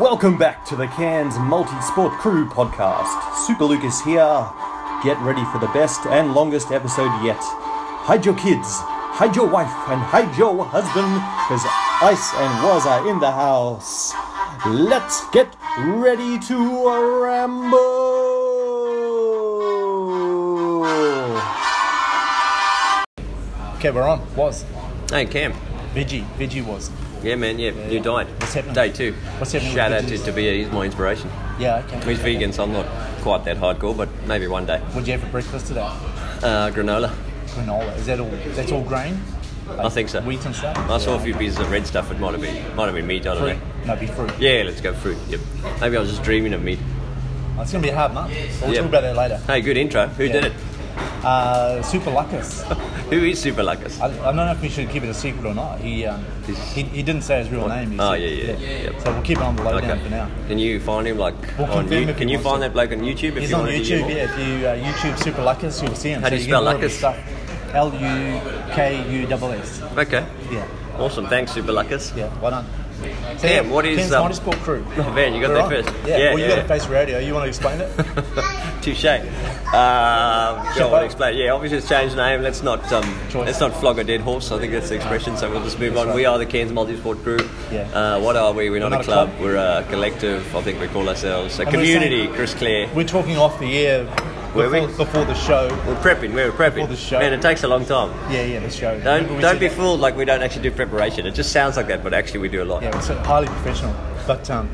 Welcome back to the Cairns Multi Sport Crew podcast. Super Lucas here. Get ready for the best and longest episode yet. Hide your kids, hide your wife, and hide your husband, because Ice and Waz are in the house. Let's get ready to ramble. Okay, we're on. Was. Hey Cam, Veggie. Veggie was. yeah man, yeah, you died. What's happening? Day two. What's happening Shout with out to veggies? Tabia, he's my inspiration. Yeah, okay. He's vegan, so I'm not quite that hardcore, but maybe one day. What'd you have for breakfast today? Uh, granola. Granola. Is that all? That's all grain? I think so. Wheat and stuff? I saw a few pieces of red stuff. It might have been, might have been meat. I don't Fruit? No, know. it'd be fruit. Yeah, let's go fruit. Yep. Maybe I was just dreaming of meat. Oh, It's gonna be a hard month. We'll Yeah. talk about that later. Hey, good intro. Who did Yeah. it? Uh, Super Lucas. I, Who is Super Lucas? I don't know if we should keep it a secret or not. He um, He's- he, he didn't say his real name. He Oh, said- yeah, yeah, yeah. So we'll keep it on the low down for now. Can you find him like We'll on confirm you? if Can he you wants find to. that bloke on YouTube? If He's you on want to hear YouTube. more? Yeah, if you uh, YouTube Super Lucas, you'll see him. How do So you get spell all of his Lucas? Stuff. L U K U double S. Okay. Yeah. Awesome. Thanks, Super Lucas. Yeah, well done. So, Damn, what is, Ken's um, Motorsport Crew? Oh, man, you got We're there on. first. Yeah, Yeah, well, you yeah. got a face radio. You want to explain it? Touche. Um, go on, explain. Yeah, obviously it's changed name. Let's not um, Choice. let's not flog a dead horse. I think that's the expression. So we'll just move on. right. We are the Cairns Multisport Group. Yeah. Uh, what are we? We're not, not a a club. club. We're a collective. I think we call ourselves a And we're community. saying- Chris Clare. We're talking off the air Were before, we? before the show. We're prepping. We're prepping. the show. Man, it takes a long time. Yeah, yeah, the show. Remember Don't we don't said be that? fooled. Like we don't actually do preparation. It just sounds like that, but actually we do a lot. Yeah, it's highly professional. But um,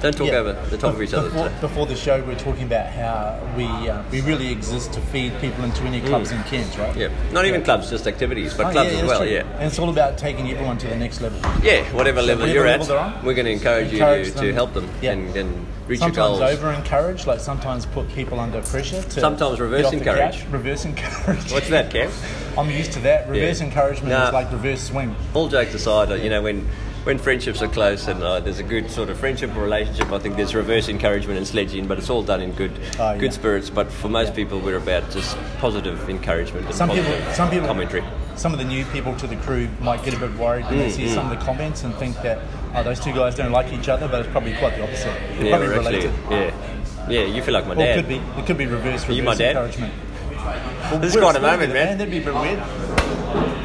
Don't talk yeah. over the top of each other. Before, before the show, we are talking about how we uh, we really exist to feed people into any clubs and Cairns, right? Mm. yeah. Not even clubs, just activities, but Oh, clubs as that's well. true. Yeah. And it's all about taking everyone to the next level. Yeah, whatever level whatever you're level at, they're on, we're going to encourage, encourage you to, them. to help them Yeah. and, and reach your sometimes goals. over encourage, like sometimes put people under pressure. To Sometimes get reverse off the encourage. couch, reverse encourage. What's that, Kev? I'm used to that. Reverse Yeah. encouragement Nah. is like reverse swing. All jokes aside, uh, you know, when, when friendships are close and uh, there's a good sort of friendship or relationship, I think there's reverse encouragement and sledging, but it's all done in good Oh, good yeah. spirits. But for most people, we're about just positive encouragement and Some people, positive some people, commentary. Mm, some of the new people to the crew might get a bit worried when they see some of the comments and think that oh, those two guys don't like each other, but it's probably quite the opposite. They're Yeah, probably we're actually, related. yeah, yeah, you feel like my Or dad. it could be, it could be reverse, you reverse my dad? encouragement. This is We're quite a explaining moment, it, man. That'd be a bit weird.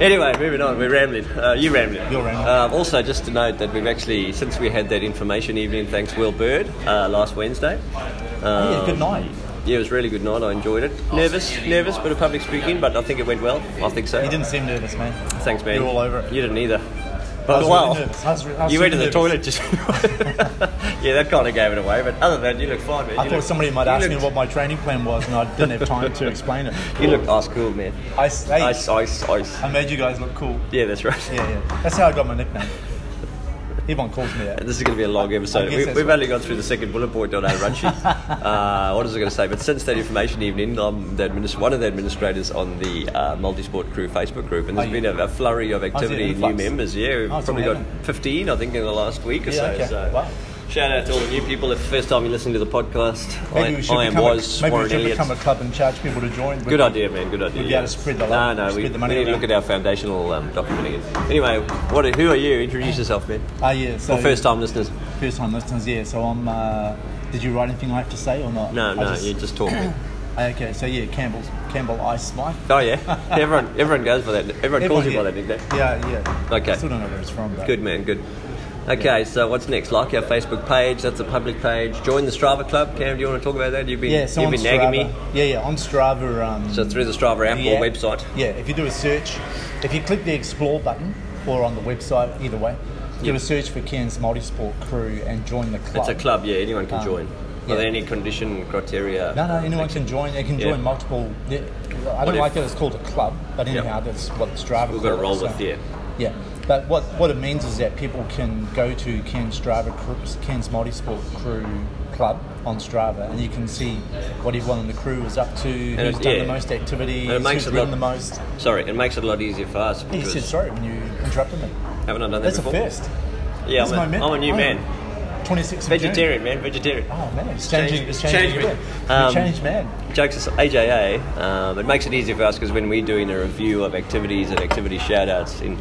Anyway, moving on. We're rambling. Uh, you rambling. You're rambling. Um, also, just to note that we've actually, since we had that information evening, thanks Will Bird, uh, last Wednesday. Um, yeah, good night. Yeah, it was a really good night. I enjoyed it. Nervous, nervous, bit of public speaking, but I think it went well. I think so. You didn't seem nervous, man. Thanks, man. You're all over it. You didn't either. I was Wow. really nervous. I was re- I was you went to super the nervous. toilet just. yeah, that kind of gave it away. But other than that, you look fine, man. I You thought look- somebody might you ask me looked- what my training plan was, and I didn't have time to explain it. You looked ice cool, man. I, hey, Ice, ice, ice. I made you guys look cool. Yeah, that's right. Yeah, yeah. That's how I got my nickname. Everyone calls me that. This is going to be a long I episode. guess We, that's we've right. only gone through the second bullet point on our run sheet. uh, what was I going to say? But since that information evening, I'm the administ- one of the administrators on the uh, Multisport Crew Facebook group, and there's Are you? Oh, been a, a flurry of activity, new influx? members. Yeah, we've Oh, it's probably got amazing. 15, I think, in the last week or Yeah, so. okay. so. Wow. Shout out to all the new people. If the first time you're listening to the podcast, Maybe we should, I, I am become, was a, maybe we Warren should Elliott. become a club and charge people to join. Good idea, man. Good idea. We'd be yeah. able to spread the love, No, no. spread we, the money we need to around. look at our foundational um, document again. Anyway, what? Who are you? Introduce yourself, man. Ah, yeah. So Or first time listeners. First time listeners, yeah. So I'm. Uh, did you write anything I have to say or not? I No, Ah, no. you just talk. man. Okay, so yeah, Campbell's Campbell Ice Smythe. Oh yeah, everyone everyone goes by that. Everyone, calls you by that nickname. Yeah, yeah. Okay. I still don't know where it's from. But Good man, good. Okay, so what's next? Like our Facebook page, that's a public page. Join the Strava Club. Cam, do you want to talk about that? You've been Yeah, so you've on been Strava. nagging me. Yeah, yeah, on Strava. Um, So through the Strava app Yeah. or website. Yeah, if you do a search, if you click the explore button or on the website, either way, do Yep. a search for Cairns Multisport Crew and join the club. It's a club, yeah, anyone can Um, join. yeah. Are there any condition criteria? No, no, anyone can join. They can Yeah. join multiple. I don't if- like that it's called a club, but anyhow, that's what Strava. We've got to call it, roll so- with yeah. Yeah, but what, what it means is that people can go to Cairns Strava, Cru- Cairns Multisport Crew Club on Strava, and you can see what everyone in the crew is up to, who's it- done yeah. the most activities, And it makes who's it ridden look- the most. Sorry, it makes it a lot easier for us You because said sorry when you interrupted me. haven't I done that That's a before? first. Yeah, That's I'm a, my man- I'm a new I am. man. 26th of June. Vegetarian, man, vegetarian. Oh man, it's Change- changing. It's it's changing. changing. yeah. Um, We changed man. Jokes aside, AJA, um, it makes it easier for us because when we're doing a review of activities and activity shout outs in,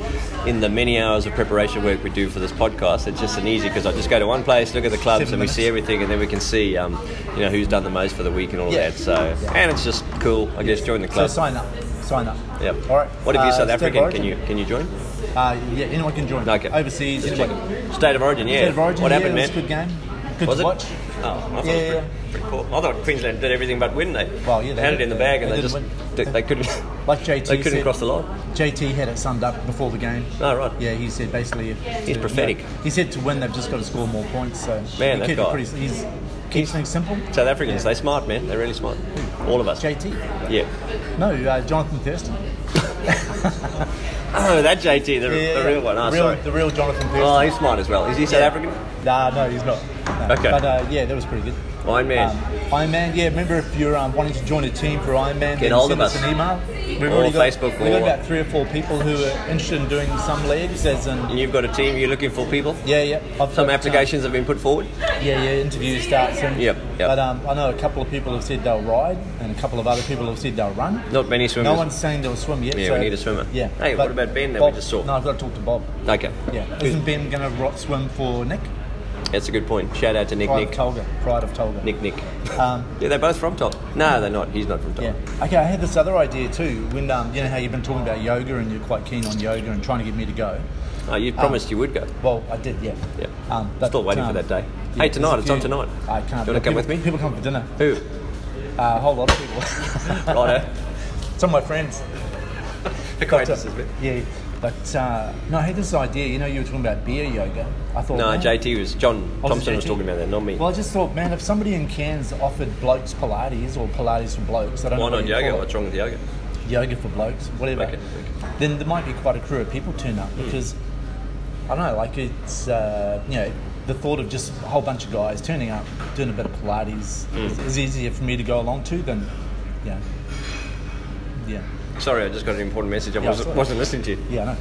in the many hours of preparation work we do for this podcast, it's just an easy because I just go to one place, look at the clubs, Seven and minutes. we see everything, and then we can see um, you know, who's done the most for the week and all Yeah. of that. So, Yeah. And it's just cool, I guess, join the So club. sign up. Sign up. Yep. All right. What if you're Uh, South State of African? Origin. Can you can you join? Uh, yeah, anyone can join. Okay. Overseas, Just anyone. checking. State of Origin, yeah. State of Origin, what yeah, happened, it was man? a good game. Good was to it? watch. Oh, I thought Yeah, yeah, it was yeah. pretty, pretty cool. I thought Queensland did everything but win. They Well, yeah, they had did. it in the bag and They didn't they, just win. they, they couldn't Like JT they couldn't said- cross the line. JT had it summed up before the game. Oh, right. Yeah, he said basically. If, He's to- prophetic. he said to win, they've just got to score more points. So Man, he that kept it guy. pretty. He's keeps things simple. South Africans, Yeah. they smart man. They're really smart. All of us. JT. Yeah. No, uh, Jonathan Thurston. Oh, that JT, the, Yeah, the real one. Oh, the, real, sorry. the real Jonathan Thurston. Oh, he's smart as well. Is he South Yeah. African? Nah, no, he's not. No. Okay. But uh, yeah, that was pretty good. Iron Man. Um, Iron Man, yeah. Remember, if you're um, wanting to join a team for Iron Man, Get then hold send of us. an email. We've Or already got, Facebook We've got or- about three or four people who are interested in doing some leagues, as in and you've got a team. You're looking for people. yeah, yeah. I've Some got, uh, applications have been put forward. yeah, yeah. Interview starts. And, Yep, yep. But um, I know a couple of people have said they'll ride, and a couple of other people have said they'll run. Not many swimmers. No one's saying they'll swim yet. Yeah, so, we need a swimmer. Yeah. Hey, but what about Ben that Bob- we just saw? No, I've got to talk to Bob. Okay. Yeah. Who's- Isn't Ben going to swim for Nick? That's a good point. Shout out to Nick Pride Nick. of Tolga. Pride of Tolga. Nick Nick. Um, Yeah, they're both from Top. No, they're not. He's not from Top. Yeah. Okay, I had this other idea too. When um, you know how you've been talking about yoga and you're quite keen on yoga and trying to get me to go. Oh, you promised Um, you would go. Well, I did, yeah. Yeah. Um, but, Still waiting for um, that day. yeah, hey, there's tonight. a It's on few- tonight. I can't. Do you want to come people, with me? People come for dinner. Who? Uh, a whole lot of people. Righto. Some of my friends. Acquaintances, mate. Yeah. But uh, no, I had this idea. You know, you were talking about beer yoga. I thought. No, man, JT was John Oh, Thompson was JT? talking about that, not me. Well, I just thought, man, if somebody in Cairns offered blokes Pilates or Pilates for blokes, I don't Why know. not what you yoga? call it. What's wrong with yoga? yoga for blokes, whatever, Okay, Hmm. then there might be quite a crew of people turn up because I don't know, like it's uh, you know the thought of just a whole bunch of guys turning up doing a bit of Pilates Hmm. is, is easier for me to go along to than yeah, yeah, Sorry, I just got an important message. I Yeah, wasn't, sorry. wasn't listening to you. yeah, I know.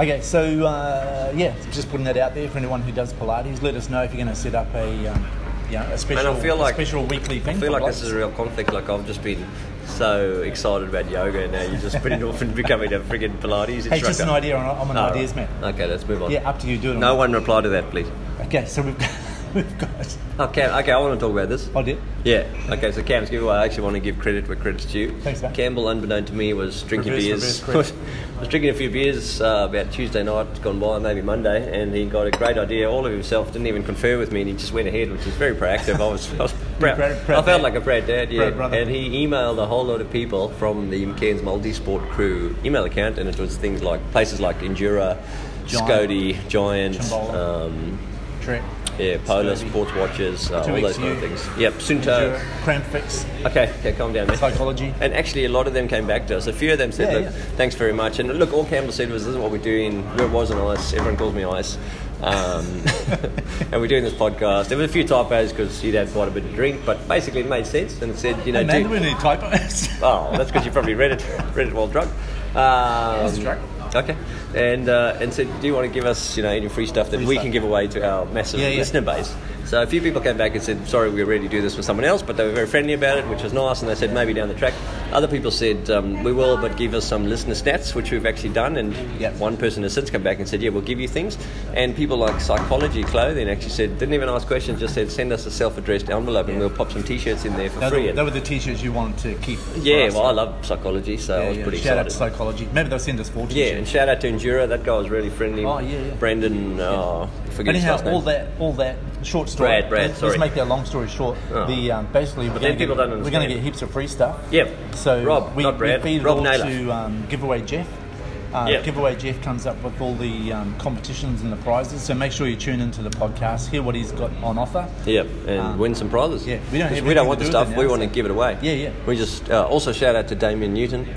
Okay, so uh, yeah, just putting that out there for anyone who does Pilates. Let us know if you're going to set up a um, you know, a special, feel a like- special weekly thing. I feel for like this is blokes. a real conflict. Like I've just been so excited about yoga, and now you're just putting it off and becoming a friggin' Pilates instructor. hey, just an idea. I'm I'm an Oh, right. ideas man. Okay, let's move on. Yeah, up to you. Do it. or No not. one reply to that, please. Okay, so we've got, we've got. Okay, okay, I want to talk about this. I did. Yeah. Okay. So Cam's giveaway. I actually want to give credit where credit's due. Thanks, mate. Campbell, unbeknown to me, was drinking Reverse- beers. reverse was, drinking a few beers uh, about Tuesday night, gone by maybe Monday, and he got a great idea all of himself. Didn't even confer with me, and he just went ahead, which is very proactive. I was, I was proud. Proud- proud I felt dad. like a proud dad. Yeah. Proud brother. and he emailed a whole lot of people from the Cairns Multisport Crew email account, and it was things like places like Endura, Giant. Scody, Giant, Chimbola. um, Trent. yeah, Polar Scody. Sports Watches, uh, Two all weeks those kind of you. things. Yep, Sunto. Cramp fix. Okay, okay, calm down, man. Psychology. And actually, a lot of them came back to us. A few of them said, Yeah, "Look, yeah. thanks very much." And look, all Campbell said was, "This is what we're doing. It wasn't ice. Everyone calls me ice." Um, and we're doing this podcast. There was a few typos because you'd had quite a bit of drink, but basically it made sense. And it said, you know, And do- then we need typos. Oh, that's because you probably read it, read it while drunk. Um, was drunk. Okay, and uh, and said, do you want to give us you know any free stuff that Free we stuff. can give away to our massive Yeah, yeah. listener base? So a few people came back and said, sorry, we already do this with someone else, but they were very friendly about it, which was nice. And they said maybe down the track. Other people said um, we will, but give us some listener stats, which we've actually done. And Yep. one person has since come back and said, yeah, we'll give you things. And people like psychology, clothing actually said didn't even ask questions, just said send us a self-addressed envelope and we'll pop some t-shirts in there for Those free. were, And- they were the t-shirts you wanted to keep. for yeah, us. well, I love psychology, so I Yeah, was yeah. pretty Shout out to excited. psychology. Maybe they'll send us four yeah, t-shirts. and shout out to Endura. That guy was really friendly. Oh, yeah, yeah. Brendan, oh, I forget his Anyhow, last name. all that, all that short story. Brad, Brad, let's, sorry. Let's make that long story short. Oh. The um, basically, we're Then going to people don't we're going understand. to get heaps of free stuff. Yeah. So Rob, we, not Brad, we feed Rob it all Naylor. to um, giveaway Jeff. Uh, Yeah. Giveaway Jeff comes up with all the um, competitions and the prizes. So make sure you tune into the podcast, hear what he's got on offer. Yeah, and win some prizes. um, yeah, we don't 'Cause have we anything don't want to the do with it stuff. we now, want to so- give it away. Yeah, yeah. We just uh, also shout out to Damien Newton.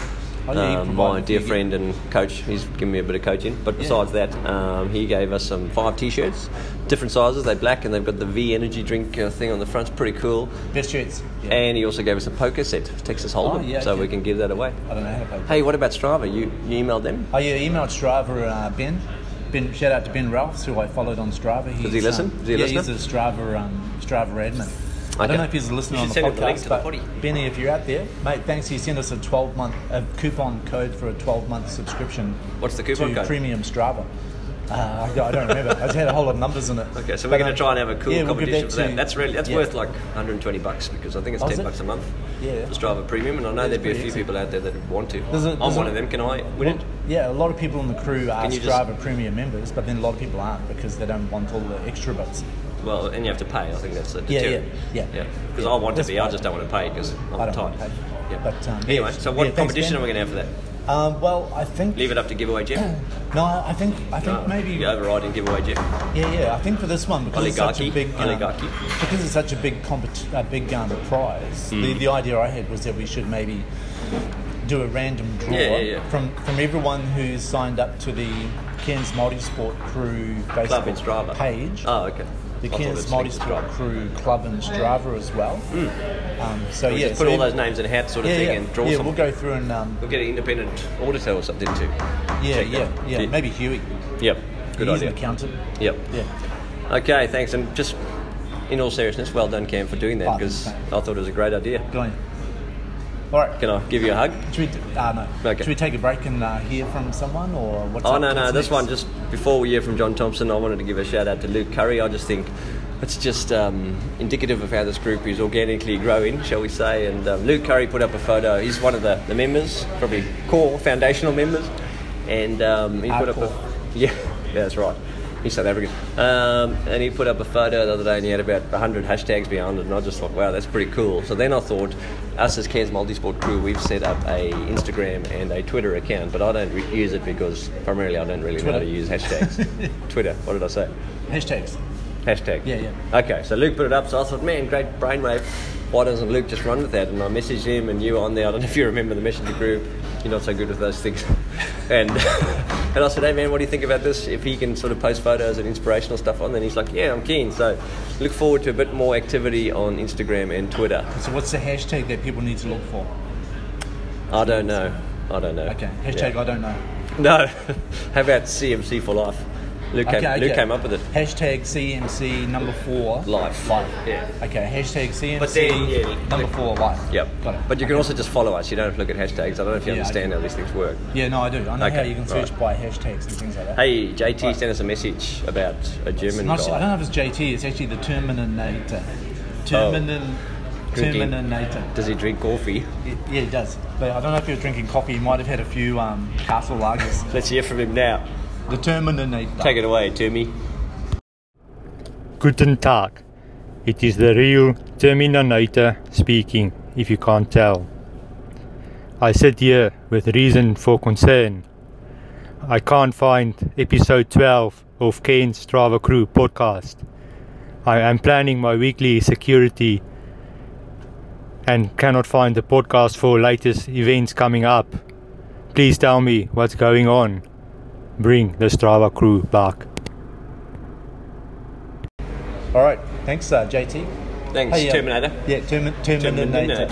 Oh, yeah, he um, my provided dear the- friend and coach, he's given me a bit of coaching. But besides that, um, he gave us some five T-shirts, different sizes. They're black and they've got the V Energy drink uh, thing on the front. It's pretty cool. Best shirts. Yeah. And he also gave us a poker set, Texas Hold'em, Oh, yeah, so okay. we can give that away. I don't know how to play. Hey, what about Strava? You, you emailed them? Oh yeah, emailed Strava uh, Ben. Ben, shout out to Ben Ralphs, who I followed on Strava. He's, he listen? um, Is he a yeah, listener? he's a Strava, um, Strava admin. I Okay. don't know if he's a listener You on the should send him the link podcast, to the but potty. Benny, if you're out there, mate, thanks. He sent us a 12 month a coupon code for a 12 month subscription. What's the coupon to code? Premium Strava. Uh, I don't- I don't remember. I just had a whole lot of numbers in it. Okay, so But, we're going um, to try and have a cool yeah, we'll give competition for that. to- That's really that's yeah. worth like 120 bucks because I think it's Oh, 10 is it? bucks a month. Yeah. Just drive a premium, and I know there'd be a pretty few people out there that would want to. There's a- I'm there's one a- of them. Can I win it? Yeah, a lot of people in the crew are Can you just- Strava Premium members, but then a lot of people aren't because they don't want all the extra bits. Well, and you have to pay. I think that's the Yeah, yeah, deterrent. yeah. Because Yeah. I want to That's be. I fine. just don't want to pay because I'm I don't tight. want to pay. Yeah. But, um, yeah, anyway, so what yeah, thanks, competition Ben. are we going to have for that? Um, well, I think Leave it up to giveaway Jeff. no, I think I think No, maybe you override and giveaway Jeff. Yeah, yeah. I think for this one because Oligarchy, it's such a big um, oligarchy. because it's such a big compet- uh, big um, prize. Hmm. The, the idea I had was that we should maybe do a random draw Yeah, yeah, yeah. from from everyone who's signed up to the Cairns Multisport Crew Facebook Club in Strava. page. Oh, okay. The I thought Cairns it's linked to Multisport Crew Club in Strava as well. Um, so We yeah, Hmm. just so put all ev- those names in a hat, sort of yeah, thing, yeah, and draw yeah. some. We'll go through and um, We'll get an independent auditor or something too. yeah, Check yeah, that. yeah, Gee. Maybe Huey. Yep. Good He's an idea. accountant. Yep. Yeah. Okay, thanks. And just in all seriousness, well done, Cam, for doing that Oh, because I thanks. thought it was a great idea. Good on you. All right. Can I give you a hug? Should we, uh, no. Okay. Should we take a break and uh, hear from someone or what's Oh up- no, no. what's This next? one just before we hear from John Thompson, I wanted to give a shout out to Luke Curry. I just think it's just um, indicative of how this group is organically growing, shall we say? And um, Luke Curry put up a photo. He's one of the, the members, probably core foundational members, and um, he put up Hardcore. a yeah, yeah, that's right. He's South African, um, and he put up a photo the other day, and he had about 100 hashtags behind it, and I just thought, wow, that's pretty cool. So then I thought, us as Cairns Multisport crew, we've set up a Instagram and a Twitter account, but I don't re- use it because primarily I don't really know how Twitter. to use hashtags. Twitter, what did I say? hashtags. Hashtag. Yeah, yeah. Okay, so Luke put it up, so I thought, man, great brainwave. Why doesn't Luke just run with that? And I messaged him, and you were on there. I don't know if you remember the messenger group. You're not so good with those things. and and I said, hey, man, what do you think about this? If he can sort of post photos and inspirational stuff on, then he's like, yeah, I'm keen. So look forward to a bit more activity on Instagram and Twitter. So what's the hashtag that people need to look for? I don't know. I don't know. Okay. Hashtag I don't know. Yeah. No. How about CMC for life? Luke, Okay, came, okay. Luke came up with it. Hashtag CMC number four. Life. Life. Yeah. Okay. Hashtag CMC But then, yeah, number the- four. Life. Yep. Got it. But you can Okay. also just follow us. You don't have to look at hashtags. I don't know if you Yeah, understand okay. how these things work. Yeah, no, I do. I know Okay, how you can search right. by hashtags and things like that. Hey, JT Right. sent us a message about a German Not, I don't guy. Oh. know if it's JT. It's actually the Terminator. Terminan. Drinking. Terminator. Does he drink coffee? Y- Yeah, he does. But I don't know if he was drinking coffee. He might have had a few um, castle lagers. Let's hear from him now. The Terminator. Take it away, Timmy. Guten Tag. It is the real Terminator speaking, if you can't tell. I sit here with reason for concern. I can't find episode 12 of Kane's Strava Crew podcast. I am planning my weekly security and cannot find the podcast for latest events coming up. Please tell me what's going on. Bring the Strava crew back. All right. Thanks, uh, JT. Thanks, Hey, uh, Terminator. Yeah, Termin- Terminator. Terminator.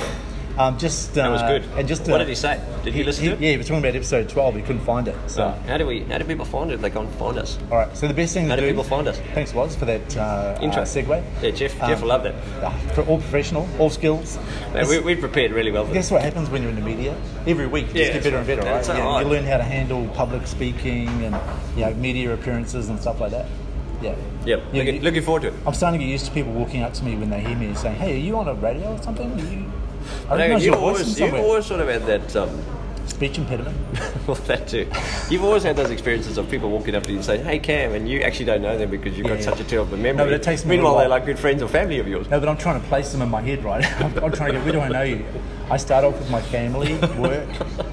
Um, just uh, That was good. And just what uh, did he say? Did he, he- listen he- to it? Yeah, he was talking about episode twelve. He couldn't find it. So So, how do we? How do people find it? if They can't find us. all right. So the best thing How to do do. people find us? Thanks, Woz, for that uh, Intro. uh, segue. Yeah, Jeff. Jeff Um, will love that. Ah, for all professional, all skills. No, we, we prepared really well for this. Guess what happens when you're in the media? Every week, you Yeah, just get better and better, right? that's Yeah, right. You learn how to handle public speaking and you know, media appearances and stuff like that. Yeah. Yep. You- Looking, looking forward to it. I'm starting to get used to people walking up to me when they hear me saying, "Hey, are you on a radio or something? Are you, I No, recognise you your voice from always, you somewhere." always sort of had that. Um, Speech impediment. well, that too. You've always had those experiences of people walking up to you and saying, "Hey, Cam," and you actually don't know them because you've got Yeah. such a terrible memory. No, but it takes me a Meanwhile, little they're while. like good friends or family of yours. No, but I'm trying to place them in my head, right? I'm, I'm trying to go, where do I know you? I start off with my family, work.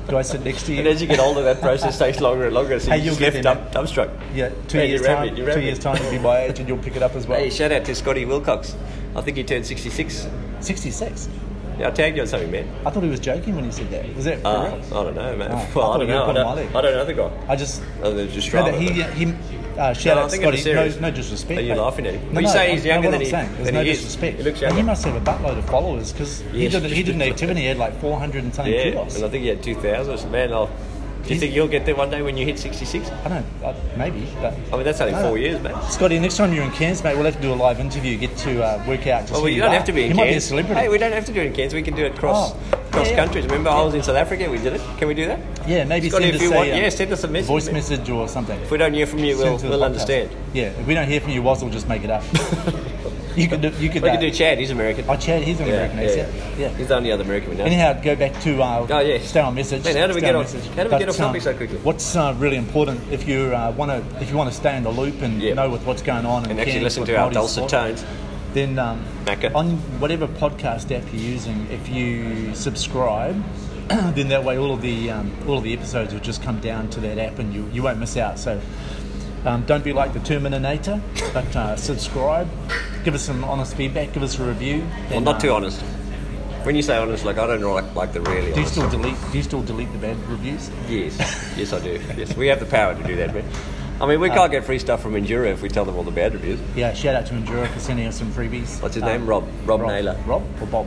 Do I sit next to you? And as you get older, that process takes longer and longer. So Hey, you you'll just get left there, dumb, dumbstruck. yeah, two Man, years you're time. rabid, you're two rabid. years time, you'll be my age, and you'll pick it up as well. Hey, shout out to Scotty Wilcox. I think he turned 66. 66. Yeah, I tagged you on something, man. I thought he was joking when he said that. Was that for Uh, I real? don't know, man. Oh, I well, I, thought don't you were know. I putting don't, my leg. I don't know the guy. I just Oh, there's just no, Strava. that he he uh, shout No, I out think Scotty. it's No, serious. no disrespect. Are you mate. laughing at him? No, Well, you no, say he's I- no, younger what than I'm he- saying, there's than no he is. disrespect. He looks But he younger. must have a buttload of followers because he Yes. did he did an activity. He had like 400 and something yeah, kilos. and I think he had 2,000. Man, I'll, Do you think you'll get there one day when you hit 66? I don't know, I- maybe, but. I mean, that's only No, no. four years, mate. Scotty, next time you're in Cairns, mate, we'll have to do a live interview, get to uh, work out. Just Well, who you don't are. have to be in You Cairns. might be a celebrity. Hey, we don't have to do it in Cairns. We can do it cross Oh, cross yeah, yeah. countries. Remember, I was in South Africa. We did it. Can we do that? yeah, maybe Scotty, send if us you a, want, uh, yeah, send us a message. voice message or something. If we don't hear from you, we'll, Send to the we'll podcast. understand. Yeah, if we don't hear from you, Woz will just make it up. you could, do, you could. We uh, can do Chad. He's American. Oh, Chad, he's an American accent. Yeah. He's the only other American we know. Anyhow, go back to uh, Oh, yeah. stay on message. Man, how do we stay get off- how do we get off um, topic so quickly? What's uh, really important if you uh, want to if you want to stay in the loop and Yeah. know with what's going on and, and actually Cairns listen with to our Māori dulcet sport, tones. Then um, Macca. on whatever podcast app you're using, if you subscribe, then that way all of the um, all of the episodes will just come down to that app and you you won't miss out. So. Um, don't be like the Terminator, but uh, subscribe, give us some honest feedback, give us a review. Well, and, not too uh, honest. When you say honest, like I don't like like the really Do you honest. still delete? Do you still delete the bad reviews? Yes, yes, I do. Yes, we have the power to do that, man. I Uh, mean, we can't get free stuff from Endura if we tell them all the bad reviews. Yeah, shout out to Endura for sending us some freebies. What's his Um, name? Rob. Rob. Naylor. Rob or Bob?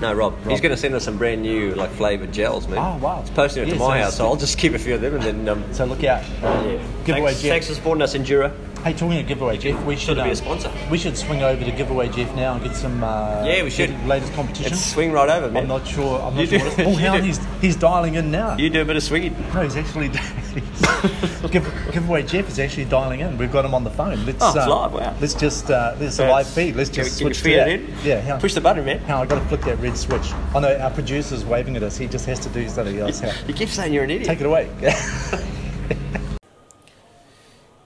No, Rob. He's going to send us some brand new, like, flavoured gels, man. Oh, wow. He's posting it Yeah, to my so house, so I'll just keep a few of them and then. Um, So look out. yeah. Giveaway thanks, Jeff. thanks for supporting us, Endura. Hey, talking of giveaway, Jeff, we should um, Gotta be a sponsor. We should swing over to giveaway Jeff now and get some. Uh, Yeah, we should. get the Latest competition. It's swing right over, man. I'm not sure. I'm not You sure. do- What it's, oh, you hell, do. he's he's dialing in now. You do a bit of swinging. no, he's actually. give, giveaway Jeff is actually dialing in. We've got him on the phone. Let's. Oh, it's uh, live, wow. Let's just. Uh, this is a Yeah, live feed. Let's can just we- can we switch feed to it in? that. Yeah. hang on. Push the button, man. Hang on, I've got to flick that red switch. I know our producer's waving at us. He just has to do something else. Hang on. You keep saying you're an idiot. Take it away.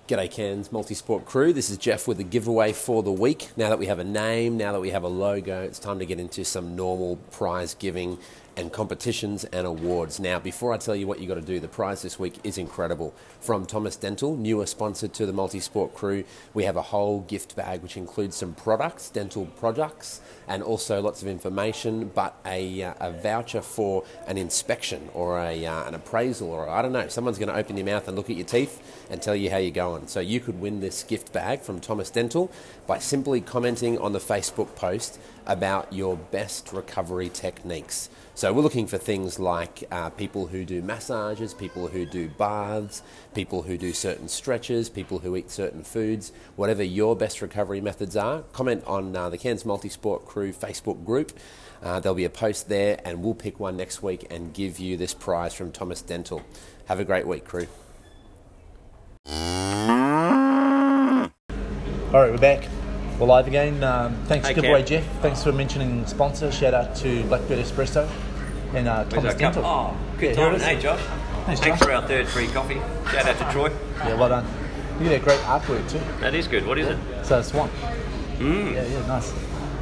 G'day Cairns Multisport crew. This is Jeff with the giveaway for the week. Now that we have a name, now that we have a logo, it's time to get into some normal prize giving and competitions and awards. Now, before I tell you what you got to do, the prize this week is incredible. From Thomas Dental, newer sponsor to the Multisport crew, we have a whole gift bag which includes some products, dental products, and also lots of information, but a, uh, a voucher for an inspection or a, uh, an appraisal or I don't know, someone's going to open your mouth and look at your teeth and tell you how you're going. So you could win this gift bag from Thomas Dental by simply commenting on the Facebook post about your best recovery techniques. So we're looking for things like uh, people who do massages, people who do baths, people who do certain stretches, people who eat certain foods, whatever your best recovery methods are. Comment on uh, the Cairns Multisport Crew Facebook group. Uh, there'll be a post there, and we'll pick one next week and give you this prize from Thomas Dental. Have a great week, crew. All right, we're back. We're live again. Um, thanks, Hey, giveaway Kev. Jeff. Thanks for mentioning sponsor. Shout out to Blackbird Espresso and uh, Where's Thomas our cup? Dental. Oh, good Yeah, here it timing. is. Hey, Josh. Thanks, Thanks Josh. for our third free coffee. Shout out to Troy. Yeah, well done. You did a great artwork too. That is good. What is it? So it's one. Yeah, yeah, nice.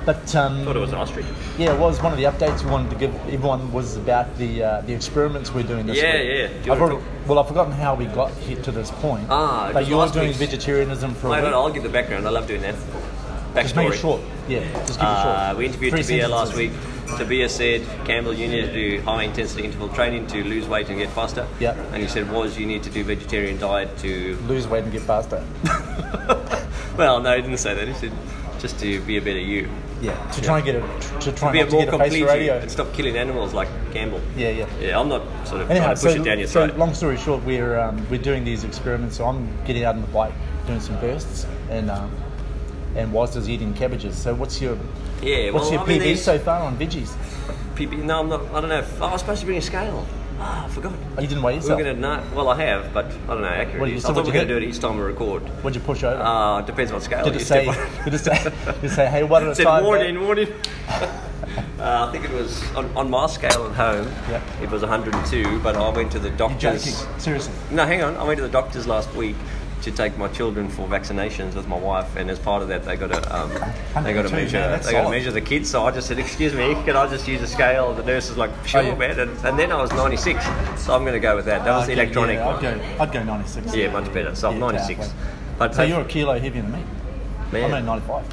But um, Mm. thought it was an ostrich. yeah, it was one of the updates we wanted to give everyone was about the uh, the experiments we're doing this Yeah, week. yeah. Do you I've wanna already, well, I've forgotten how we got here to this point. Ah, it but was you're last doing week's- vegetarianism for a I week. don't know, I'll give the background. I love doing that. Backstory. Just make it short. Yeah, just keep it Uh, short. we interviewed Three Tabia last week. sentences. Tabia said, Campbell, you need to do high intensity interval training to lose weight and get faster. Yeah. And he said, Was you need to do vegetarian diet to. Lose weight and get faster. Well, no, he didn't say that. He said, Just to be a better you. Yeah, to try and get a to try Be a not to more get a face complete for you radio. and stop killing animals like Campbell. Yeah, yeah. Yeah, I'm not sort of Anyhow, trying to push so, it down your so throat. long story short, we're um, we're doing these experiments. So I'm getting out on the bike, doing some bursts, and um, and Wazda's eating cabbages. So what's your Yeah, what's well, your I mean, PB these- so far on veggies? PB, no, I'm not. I don't know. If, oh, I was supposed to bring a scale. Ah, I forgot. Oh, you didn't weigh We We're yourself. gonna know. Well, I have, but I don't know accuracy. What do you- so I thought what'd we you were gonna get? do it each time we record. What'd you push over? Uh, depends what scale. did you it say? step on. Did it say? Did it say? Hey, one It at a said time? warning, mate?" warning. uh, I think it was on, on my scale at home. Yeah. It was 102, but I went to the You're doctors. joking? Seriously? No, hang on. I went to the doctors last week to take my children for vaccinations with my wife, and as part of that, they got to um, they got to 102, measure man, that's they got to solid. measure the kids. So I just said, "Excuse me, can I just use a scale?" The nurse is like, "Sure, Oh, yeah. man." And, and then I was 96, so I'm going to go with that. That was the Okay, electronic. Yeah, one. I'd go. I'd go 96. Yeah, much better. So I'm Yeah, 96. halfway. But So you're a kilo heavier than me. Man. I'm at 95.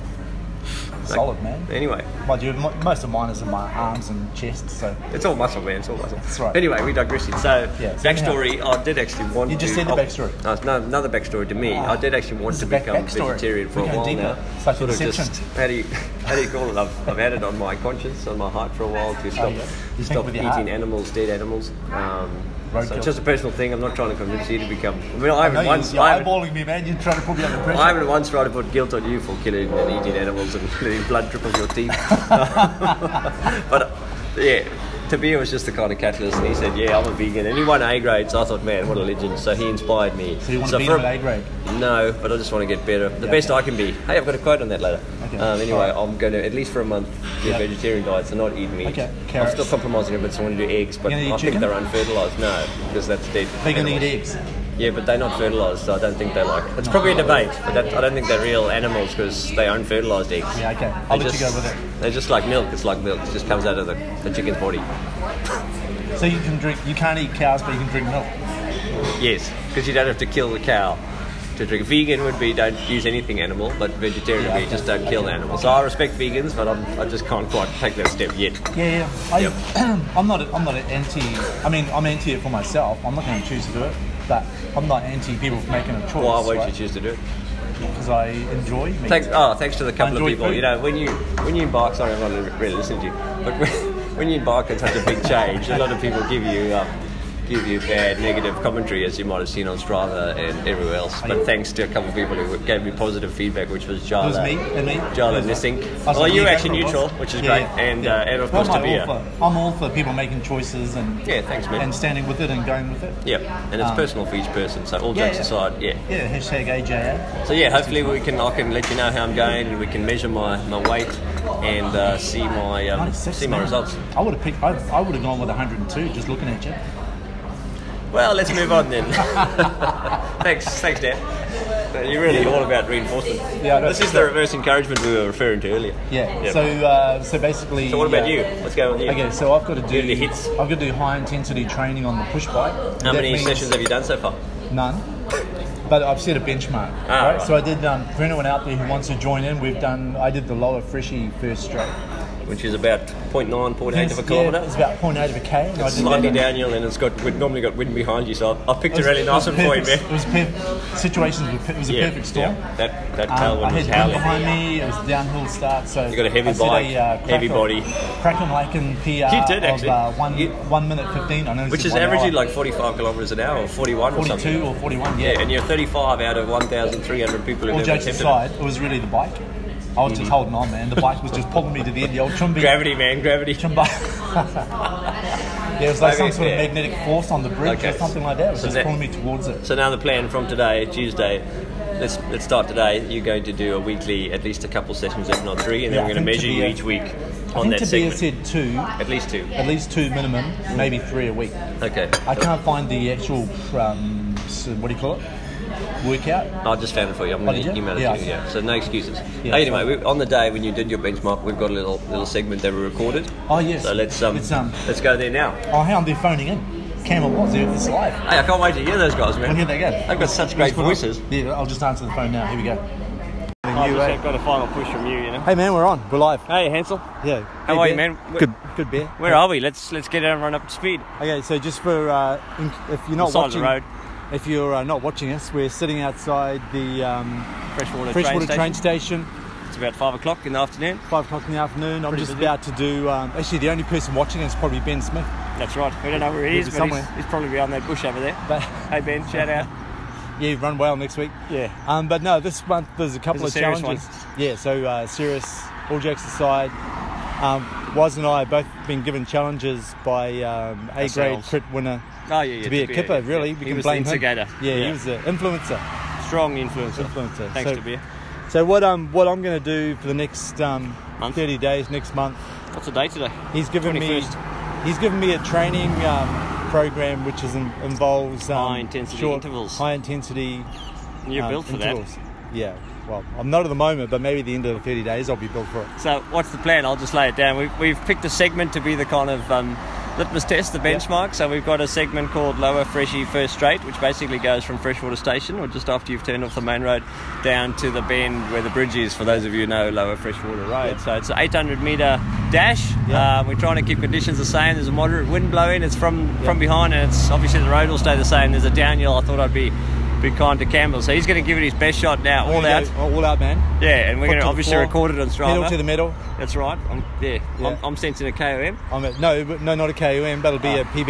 Solid, man. Anyway, Mind you, mo- most of mine is in my arms and chest, so it's all muscle, man. It's all muscle. That's right. Anyway, we digressed. So Yeah, so backstory. I did actually want. You just to, said the oh, backstory. No, it's no, another backstory to me. Ah, I did actually want this to is back- become backstory. vegetarian for a We're going while deeper. now. It's like sort of Inception. just how do you how do you call it? I've, I've had it on my conscience, on my heart for a while to stop Oh, yeah. You think stop with your eating heart. animals, dead animals. Um, So roadkill. it's just a personal thing. I'm not trying to convince you to become. I mean, I I know haven't you, once. you're I haven't, eyeballing me, man. You're trying to put me under pressure. I haven't once tried to put guilt on you for killing and eating animals and letting blood drip off your teeth. but uh, yeah, to me it was just the kind of catalyst. And he said, "Yeah, I'm a vegan." And he won A grade, so I thought, "Man, what a legend!" So he inspired me. So you want to beat for him a- at A grade? No, but I just want to get better. The Yeah, best okay. I can be. Hey, I've got a quote on that later. Okay. Um, anyway, Alright. I'm going to at least for a month do Yeah. a vegetarian diet, so not eat meat. Okay, I'm carrots. still compromising a bit, so I want to do eggs, but You gonna eat I think chicken? they're unfertilized. No, because that's dead. Vegan eat animals. eggs. Yeah, but they're not fertilised, so I don't think they like. It's probably a debate, but that, I don't think they're real animals because they own fertilised eggs. Yeah, okay. They I'll let you go with it. They're just like milk. It's like milk. It just comes out of the, the chicken's body. So you can drink. You can't eat cows, but you can drink milk. Yes, because you don't have to kill the cow to drink. Vegan would be don't use anything animal, but vegetarian Yeah, would be okay. just don't kill the animal. So I respect vegans, but I'm, I just can't quite take that step yet. Yeah, yeah. I, Yep. I'm not. I'm not anti. I mean, I'm anti it for myself. I'm not going to choose to do it, but I'm not anti people for making a choice. Why would you choose to do it? Because I enjoy meat. Thanks. Oh, thanks to the couple of Enjoy people. food. You know, when you when you embark, sorry, I'm not really listening to you, but when, when you embark on such a big change, a lot of people give you um, give you bad, negative commentary, as you might have seen on Strava and everywhere else. But thanks to a couple of people who gave me positive feedback, which was It Jala, was me and me. Jala It was- Nissink. I was Well, like, you were yeah, actually go for it, neutral, boss. which is Yeah, great, yeah, and yeah. uh, and of Well, course I'm to be all a, for- I'm all for people making choices and Yeah, thanks, man. and standing with it and going with it. yeah, and it's personal for each person. So all Um, Yeah, jokes yeah. aside, yeah. Yeah, hashtag AJA. So yeah, hopefully we can I can let you know how I'm going, and we can measure my, my weight and uh, see my um, 96, see my man. results. I would have picked. I, I would have gone with 102 just looking at you. Well, let's move on then. thanks, thanks, Dan. Uh, You're really all about reinforcement. Yeah, I know. this is the reverse encouragement we were referring to earlier. Yeah. Yep. So uh, so basically. So what about yeah. you? Let's go with you. Okay, so I've got to do Doing the hits. I've got to do high intensity training on the push bike. How many sessions have you done so far? you? None. But I've set a benchmark. Ah, right? right. So I did. Um, for anyone out there who wants to join in, we've done. I did the lower Freshie first stroke. Which is about 0.9, 0.8 of a kilometre. Yeah, it's about 0.8 of a k. and I It's did slightly that- Daniel, and it's got we've normally got wind behind you, so I, I picked It was- a really it nice was one for you, perfect- man. It was perfect. Situations were. per- It was a Yeah, perfect storm. yeah. That that Um, I tailwind was had wind howling. behind me. It was a downhill start, so You got a heavy I set uh, bike, Kraken- heavy body. Kraken Laken PR You did, of actually. uh, one You- one minute fifteen. I know, this Which is one averaging hour. like 45 kilometres an hour, or 41 or something. forty-two or forty-one. Yeah. Yeah, and you're 35 out of 1,300 people who've All ever jokes attempted. aside, it was really the bike. I was Mm-hmm. just holding on, man. The bike was just pulling me to the end. The old chumbi. Gravity, man, gravity. Chumbi. There was like some Maybe, sort of yeah. magnetic force on the bridge Okay. or something like that. It was So just that- pulling me towards it. So now the plan from today, Tuesday. Let's let's start today. You're going to do a weekly, at least a couple sessions, if not three, and Yeah, then we're I going to think to measure be you a- each week I on think that Tabia segment. said two, at least two. at least two minimum, maybe three a week. Okay. I can't find the actual um, s- what do you call it workout. I just found it for you. I'm Oh, going did to you? email it Yeah, to you. okay. Yeah. So no excuses. Yeah, anyway, so- we, on the day when you did your benchmark, we've got a little little segment that we recorded. Oh, yes. So let's um let's, Let's, um, go there now. Oh, hey, I'm there phoning in. Cam and Watts, it's live. Hey, I can't wait to hear those guys, Well, man. here they go. They've got such great voices. Yeah, I'll just answer the phone now. Here we go. I just got a final push from you, you know. eh? Hey man, we're on. We're live. Hey Hansel, Yeah. How Hey, are you, beer. man? Good. Good beer. where are we? Let's let's get everyone up to speed. Okay, so just for uh, in, if you're not side of the watching, road. if you're uh, not watching us, we're sitting outside the um, Freshwater, train, freshwater station. train station. It's about five o'clock in the afternoon. Five o'clock in the afternoon. I'm Pretty just busy. about to do. Um, actually, the only person watching is probably Ben Smith. That's right. We don't know where he He'll is, but be he's, somewhere. he's probably behind that bush over there. But Hey Ben, shout out. yeah, run well next week. Yeah. Um, but no, this month there's a couple There's a of serious challenges. Yeah, so uh, serious, all jokes aside, um, Waz and I have both been given challenges by um, A grade Ourselves. crit winner Oh yeah, yeah. to be a kipper, yeah, really. yeah. We he can was blame the instigator. him. Yeah, he was the influencer. strong influencer. Influencer. Thanks so, to beer. So, what, um, what I'm going to do for the next um, Month? 30 days, next month, What's the date today? he's given me 21st. he's given me a training um, program which is in, involves um, High intensity intervals. High intensity And you're um, built for intervals. Yeah. Well, I'm not at the moment, but maybe at the end of the 30 days I'll be built for it. that. So what's the plan? I'll just lay it down. We've, we've picked a segment to be the kind of um, litmus test, the benchmark. So we've got a segment called Lower Freshie First Straight, which basically goes from Freshwater Station, or just after you've turned off the main road, down to the bend where the bridge is. For those of you who know Lower Freshwater Road, so it's an 800 meter dash. Yeah. Um, we're trying to keep conditions the same. There's a moderate wind blowing. It's from from behind, and it's obviously the road will stay the same. There's a downhill. I thought I'd be be kind to Campbell. So he's going to give it his best shot now, all Here out. you go. All out, man. Yeah, and we're Foot going to to the obviously floor, record it on Pedal to the Strava. metal. That's right. I'm, yeah, Yeah. I'm, I'm sensing a KOM. I'm a, no, but- no, not a KUM, but it'll Ah. be a PB.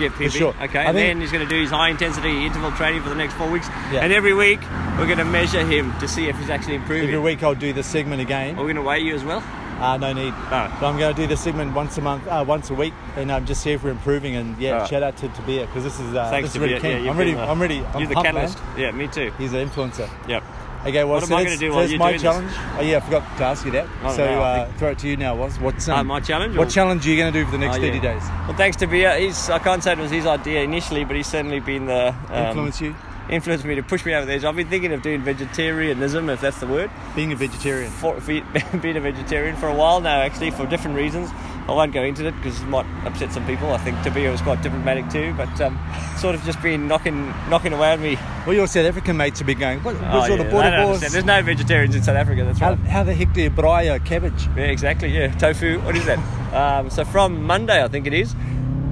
Yeah, For PB. sure. Okay, I think- and then he's going to do his high intensity interval training for the next four weeks. Yeah. And every week, we're going to measure him to see if he's actually improving. Every week I'll do the segment again. Are we going to weigh you as well? Uh, no need. No. But I'm going to do the segment once a month, uh, once a week, and um, just see if we're improving. And yeah, Alright. shout out to Tabia because this is uh, Ah. this Thanks is to really be- keen. you've I'm really, been, uh, I'm really, I'm You're the pumped, catalyst. Man. Yeah, me too. He's an influencer. Yep. Okay, well, What so am I that's, gonna do while that's you're my doing this? challenge. Oh yeah, I forgot to ask you that. I don't so know, I uh, throw it to you now. What's what's um, Uh, my challenge, What or- challenge are you going to do for the next Oh, yeah. 30 days? Well, thanks to Bia. He's, I can't say it was his idea initially, but he's certainly been the um, Influence you influenced me to push me over the edge. I've been thinking of doing vegetarianism, if that's the word. being a vegetarian. for, fe- been a vegetarian for a while now, actually, for different reasons. I won't go into it because it might upset some people. I think Tabia was quite diplomatic too, but um, sort of just been knocking knocking away at me. Well, your South African mates would be going. What, what's all the Oh, yeah, border they don't wars? understand. There's no vegetarians in South Africa. That's How, right. how the heck do you braai a cabbage? Yeah, exactly. Yeah, tofu. What is that? um, so from Monday, I think it is,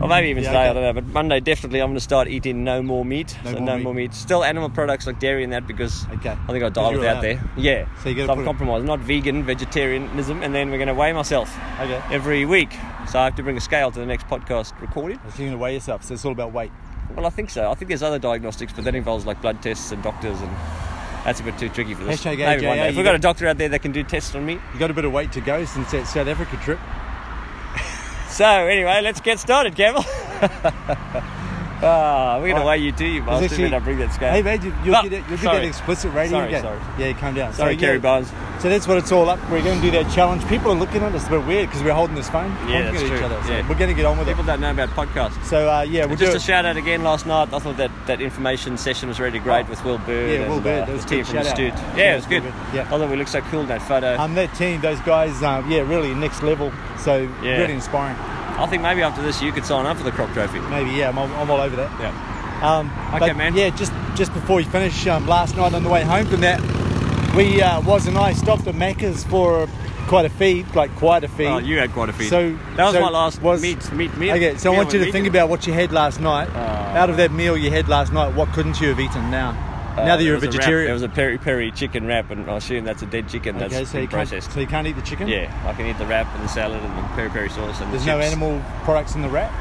or maybe even Yeah, today. okay. I don't know. But Monday, definitely, I'm going to start eating no more meat. No so more no meat. more meat. Still animal products like dairy and that because Okay. I think I 'Cause die you're without allowed. there. Yeah. So you gotta so I'm put it- compromised. Not vegan, vegetarianism, and then we're going to weigh myself Okay. every week. So I have to bring a scale to the next podcast recorded. So You're going to weigh yourself. So it's all about weight. Well, I think so. I think there's other diagnostics, but that involves like blood tests and doctors, and that's a bit too tricky for this. Hashtag Maybe one AJA, day. If you we've got got- a doctor out there that can do tests on me. You got a bit of weight to go since that South Africa trip. So anyway, let's get started, Campbell. ah, we're gonna Alright. weigh you too, you bastard. actually- when I bring that scale. Hey, man, you, you'll, Ah, get, it, you'll get that sorry. explicit rating Sorry, again. sorry. Yeah, calm down. Sorry, so, Kerry yeah, Barnes. So that's what it's all up. We're going to do that challenge. People are looking at us. It's a bit weird because we're holding this phone. Yeah, pointing that's at each true. other. So Yeah. We're going to get on with it. People don't know about podcasts. So uh, yeah, we'll Just do a shout out again last night. I thought that, that information session was really great with Will Bird. Oh. Yeah, Will and, Bird, Uh, that was the a team good from the shout Astute. out. Yeah, Yeah, it was Will good. Bird, yeah. I thought we looked so cool in that photo. Um, that team, those guys, um, yeah, really next level. So Yeah. really inspiring. I think maybe after this you could sign up for the Croc Trophy. Maybe yeah, I'm all, I'm all over that. Yeah. Um, Okay, but, man. Yeah, just just before you finish, um, last night on the way home from that, we uh, was and I stopped at Macca's for quite a feed, like quite a feed. Oh, you had quite a few. So that was so my last was- meat, meat, meat. Okay, so I meal want you with to think meat. about what you had last night. Ah. Out of that meal you had last night, what couldn't you have eaten now? Uh, now that you're a there was wrap- there vegetarian. was a peri peri chicken wrap, and I assume that's a dead chicken. That's okay, so been you, can't, processed. so you can't eat the chicken. Yeah, I can eat the wrap and the salad and the peri peri sauce and There's the no chips. animal products in the wrap.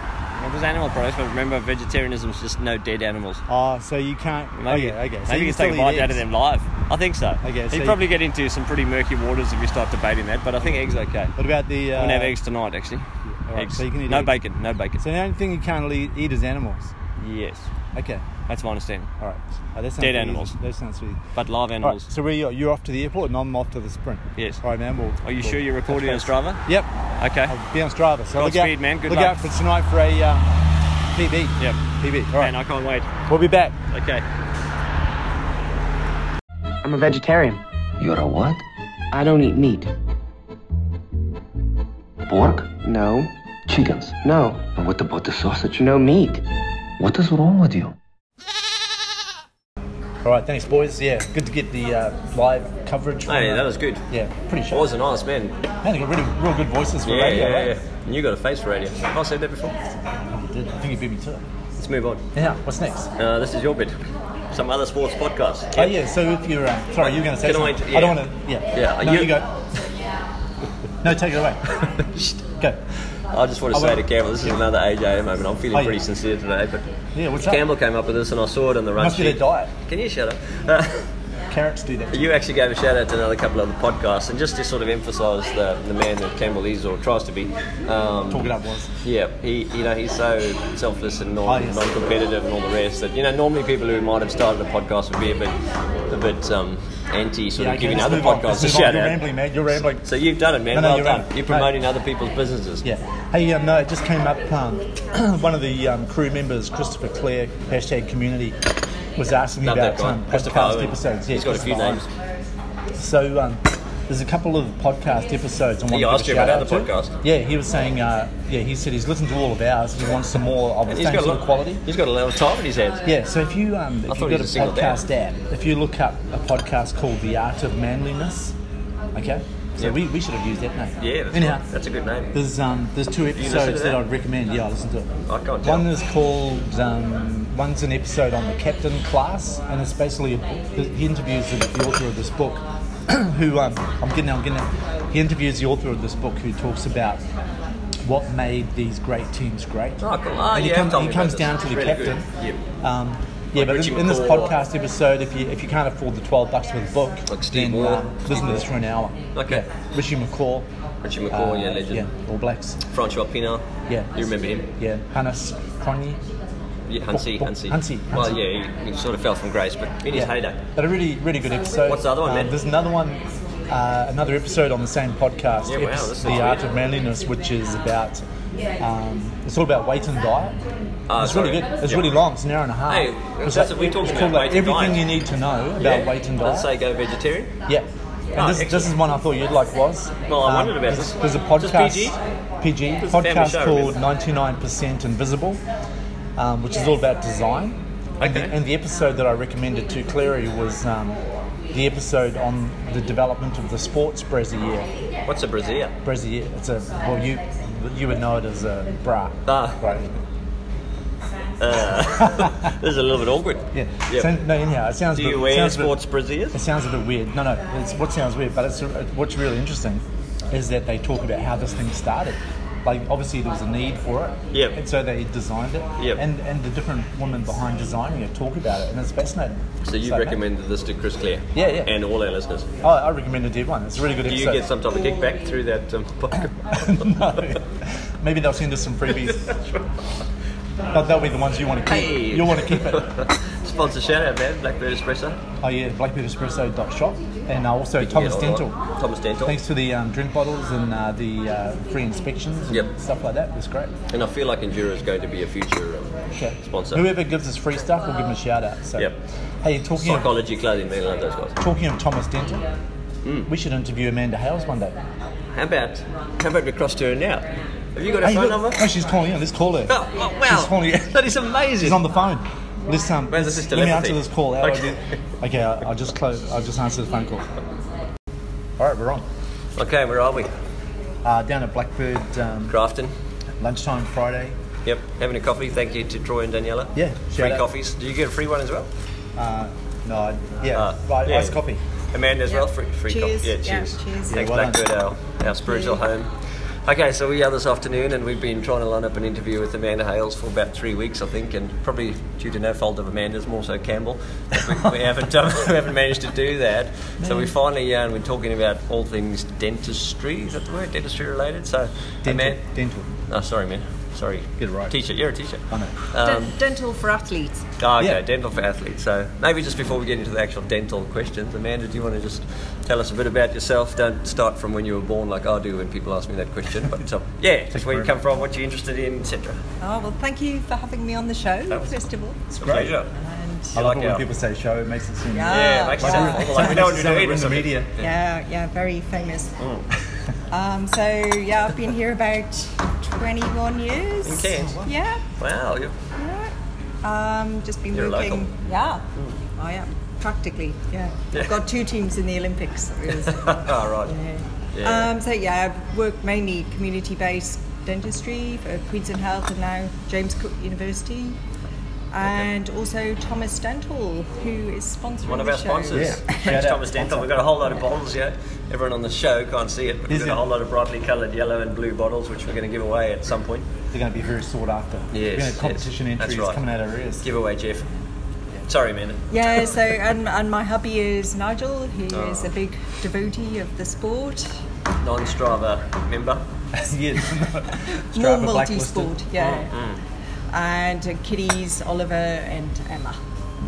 Well, there's animal products, but remember, vegetarianism is just no dead animals. Oh, so you can't. Maybe, okay, okay. So maybe you can still take a eat bite out of eggs. them live. I think so. Okay, You'd so you- probably get into some pretty murky waters if you start debating that, but I think eggs okay. What about the? Uh, I'm gonna have eggs tonight, actually. alright, eggs. so you can eat no eggs. bacon. No bacon. So the only thing you can't eat, eat is animals. Yes, Okay, that's my understanding. all right. Oh, that sounds Dead pretty animals. easy. That sounds sweet. But live All right, animals. so where you you're off to the airport, and I'm off to the sprint. Yes. All right, man. We'll, Are we'll you sure you're touch recording on base. Strava? Yep. Okay. I'll be on Strava. So look Godspeed, out, man. Good look luck. out for tonight for a uh, PB. Yep. PB. All right. Man, I can't wait. We'll be back. Okay. I'm a vegetarian. You're a what? I don't eat meat. Pork? No, Chickens? no, And what about the sausage? no meat. What is wrong with you? All right. Thanks, boys. Yeah. Good to get the uh, live coverage. From, Hey, uh, that was good. Yeah. Pretty It sure. was a nice man. Man, they got really, real good voices for Yeah, radio. yeah, right? yeah. And you got a face for radio. Have I said that before? You did. I think you beat me to it. Let's move on. Yeah. What's next? Uh, this is your bit. Some other sports podcast. Oh yeah. So if you're uh, sorry, you're going to say Can I- something. I, yeah. don't want to. Yeah. Yeah, No, you- you, go. no, take it away. go. I just want to Oh, say well. to Campbell, this is another AJ moment. I'm feeling Oh, yeah. pretty sincere today, but Yeah. What's up? Campbell came up with this, and I saw it on the run Must be sheet. their diet. Can you shut up? Carrots do that. You actually gave a shout out to another couple of the podcasts, and just to sort of emphasise the, the man that Campbell is or tries to be. Um, Talk it up was. Yeah, he you know he's so selfless and non, Oh, yes. non-competitive and all the rest that you know normally people who might have started a podcast would be a bit a bit um, anti sort Yeah, of okay, giving let's other move on. podcasts Let's a move on. shout You're out. rambling, man. You're rambling. So you've done it, man. No, no, well you're done. right. You're promoting other people's businesses. Yeah. Hey, um, no, it just came up. Um, one of the um, crew members, Christopher Clare, hashtag community, was asking me Love about that guy. um, Christopher podcast Owen. episodes. Yeah, He's got a few Christopher names. Owen. So um, there's a couple of podcast episodes. I He want to give asked a you about shout other out to. podcasts. Yeah, he was saying. Uh, yeah, he said he's listened to all of ours. He wants some more of the He's same got a sort lot of quality. He's got a lot of time in his hands. Yeah, so if you um, if thought you've he got a was a single podcast app, if you look up a podcast called The Art of Manliness, okay, So we, we should have used that name. Yeah, that's, Anyhow, right. that's a good name. there's um there's two listen to episodes that? that? I'd recommend. Yeah, I listen to it. I can't tell. One is called um, one's an episode on the captain class, and it's basically a book. that- He interviews the, the author of this book, who um, I'm getting now, I'm getting now. He interviews the author of this book who talks about what made these great teams great. Oh, cool. Ah, and he, yeah, comes- tell he me comes about this. down to the Really good. captain. Yep. Um, yeah, Like but Richie in, in this McCaw. podcast episode, if you if you can't afford the twelve bucks for the book, Like then Steve Moore. uh, listen to this for an hour. Okay. Yeah. Richie McCaw. Richie McCaw, uh, yeah, legend. Yeah, All Blacks. Francois Pinard. Yeah. You remember him? Yeah, Hannes Cronje. Yeah, Hansi. Bo- bo- Hansi. Hansi, Well, Hansi. yeah, he, he sort of fell from grace, but in his Yeah. heyday. But a really, really good episode. What's the other one, Uh, man? There's another one, uh, another episode on the same podcast. Yeah, wow, Epis- this is the weird. Art of Manliness, which is about. Um, it's all about weight and diet. Ah, it's sorry. really good. It's Yeah. really long. It's an hour and a half. Hey, It's that's like, what we're talking it's about, called like weight and everything diet. you need to know about Yeah. weight and diet. Let's say go vegetarian. Yeah. Oh, And this, this is excellent. one I thought you'd like was. Um, Well, I wondered about there's- this. There's a Just podcast, PG? PG, Just a family podcast show, called isn't 99% Invisible, um, which is all about design. And, the, Okay. and the episode that I recommended to Clary was um, the episode on the development of the sports brassiere. What's a brassiere? Brassiere, it's a, well, you you would know it as a bra. Ah. Right. This is a little bit awkward. Yeah. Yep. So, no, anyhow, it sounds Do a bit- you wear sounds a bit- sports brassieres? It sounds a bit weird. No, no. It's what sounds weird, but it's what's really interesting is that they talk about how this thing started. Like obviously there was a need for it, Yep. and so they designed it, Yep. and and the different women behind designing it talk about it, and it's fascinating. So you mate, recommended this to Chris Clare? Yeah, yeah. And all our listeners. Oh, I recommend it to everyone. It's a really good Do you episode. get some type of kickback through that? Um, podcast? no, maybe they'll send us some freebies. But they'll be the ones you want to keep. Hey. You'll want to keep it. Sponsor shout out, man. Blackbird Espresso. Oh yeah, blackbeardespresso.shop, and uh, also can Thomas get it Dental. online. Thomas Dental. Thanks for the um, drink bottles and uh, the uh, free inspections and Yep. stuff like that. That's great. And I feel like Enduro is going to be a future um, Okay. Sponsor. Whoever gives us free stuff, we'll give them a shout out. So, Yep. hey, talking of, psychology clothing. Man, I love those guys. talking of Thomas Dental, Hmm. we should interview Amanda Hales one day. How about how about we cross to her now? Have you got her hey, phone look- number? Oh, she's calling in. Let's call her. Oh, oh, wow, She's calling in. that is amazing. She's on the phone. Let's um. Where's this let me telepathy? answer this call. How do I Okay. do- okay, I'll, I'll just close. I'll just answer the phone call. All right, we're on. Okay, where are we? Uh, down at Blackbird um, Grafton. lunchtime Friday. Yep, having a coffee. Thank you to Troy and Daniela. Yeah, shout free out. coffees. Do you get a free one as well? Uh, no, I, yeah, Ah, but yeah. iced coffee. Amanda as well. Free, free Cheers. coffee. Yeah, Yeah, cheers. cheers. Thanks, Yeah, well Blackbird, our, our spiritual home. Okay, so we are this afternoon, and we've been trying to line up an interview with Amanda Hales for about three weeks, I think, and probably due to no fault of Amanda's, more so Campbell, we, we haven't done, we haven't managed to do that. So we finally, uh, we're talking about all things dentistry. Is that the word? Dentistry related. So, Dental. Aman- dental. oh, sorry, man. Sorry. Get it right. Teacher, you're a teacher. I know. Um, Den- dental for athletes. Oh, okay, Yeah. dental for athletes. So maybe just before we get into the actual dental questions, Amanda, do you want to just tell us a bit about yourself? Don't start from when you were born, like I do when people ask me that question. But uh, yeah, just where you come from, what you're interested in, etc. Oh, well, thank you for having me on the show, first of all. It's a great. pleasure. And I love You like it when our- people say show. It makes it seem. Yeah. Yeah, it makes you sound Wow. formal, like we know what you're doing. or in the something. media. Ah, yeah, yeah, very famous. Mm. um, so, yeah, I've been here about 21 years. In Cairns? Yeah, Wow, you yeah. Um, just been You're a working. local. Mm. Yeah, I am, practically, yeah. Yeah. I've got two teams in the Olympics. so it was- all right. Yeah. Um, so yeah, I've worked mainly community-based dentistry for Queensland Health and now James Cook University, and also Thomas Dental, who is sponsoring One of the our show. sponsors, Yeah. Thanks, Shout out. Thomas Dental. We've got a whole lot of bottles here. Everyone on the show can't see it, but we've Is got a it- whole lot of brightly coloured yellow and blue bottles, which we're going to give away at some point. They're going to be very sought after. Yes, We're gonna have yes, competition that's entries right. coming out of our ears. Give away, Jeff. Sorry, Amanda. Yeah, so and, and my hubby is Nigel, who is Oh. a big devotee of the sport. non-Strava member. yes. More Strava blacklisted. multi-sport, Mm, yeah. And uh, kiddies, Oliver and Emma.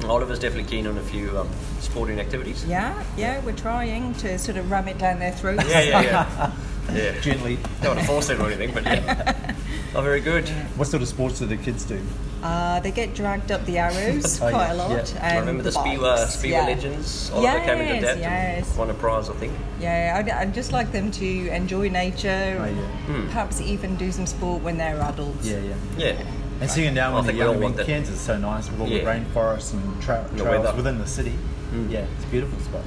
Oliver's definitely keen on a few um, sporting activities. Yeah, yeah, we're trying to sort of ram it down their throats. Yeah, yeah, yeah. yeah. Gently. Don't want to force it or anything, but yeah. Oh, very good. What sort of sports do the kids do? Uh, they get dragged up the arrows Oh, quite yeah, a lot. yeah. And I remember the Spiwa, bikes, Spiwa yeah. Legends. Oliver came and did Yes, that. and yes. Won a prize, I think. Yeah, I'd, I'd just like them to enjoy nature, Oh, yeah. perhaps even do some sport when they're adults. Yeah, yeah. Yeah. And sitting down I when they're think we young, all I mean, want that. Cairns is so nice with all Yeah. the rainforests and tra- The trails weather. Mm. within the city. Yeah, it's a beautiful spot.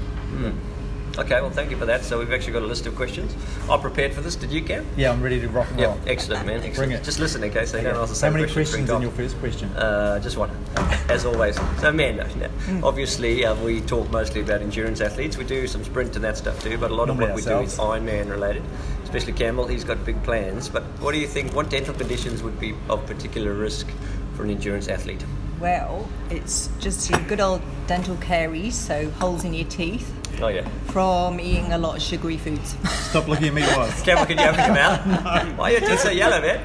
Okay, well, thank you for that. So we've actually got a list of questions. I prepared for this. Did you, Cam? Yeah, I'm ready to rock and roll. Yeah, excellent, man. Excellent. Bring it. Just listen in case they don't ask the How same many question questions three in your times. first question? Uh, just one, as always. So, man, no, no. obviously, uh, we talk mostly about endurance athletes. We do some sprint and that stuff too, but a lot Normally of what ourselves. we do is Ironman related. Especially Campbell, he's got big plans. But what do you think? What dental conditions would be of particular risk for an endurance athlete? Well, it's just your good old dental caries, so holes in your teeth Oh yeah, from eating a lot of sugary foods. Stop looking at me, was. Campbell, can you open your mouth? Why are your teeth so yellow, man?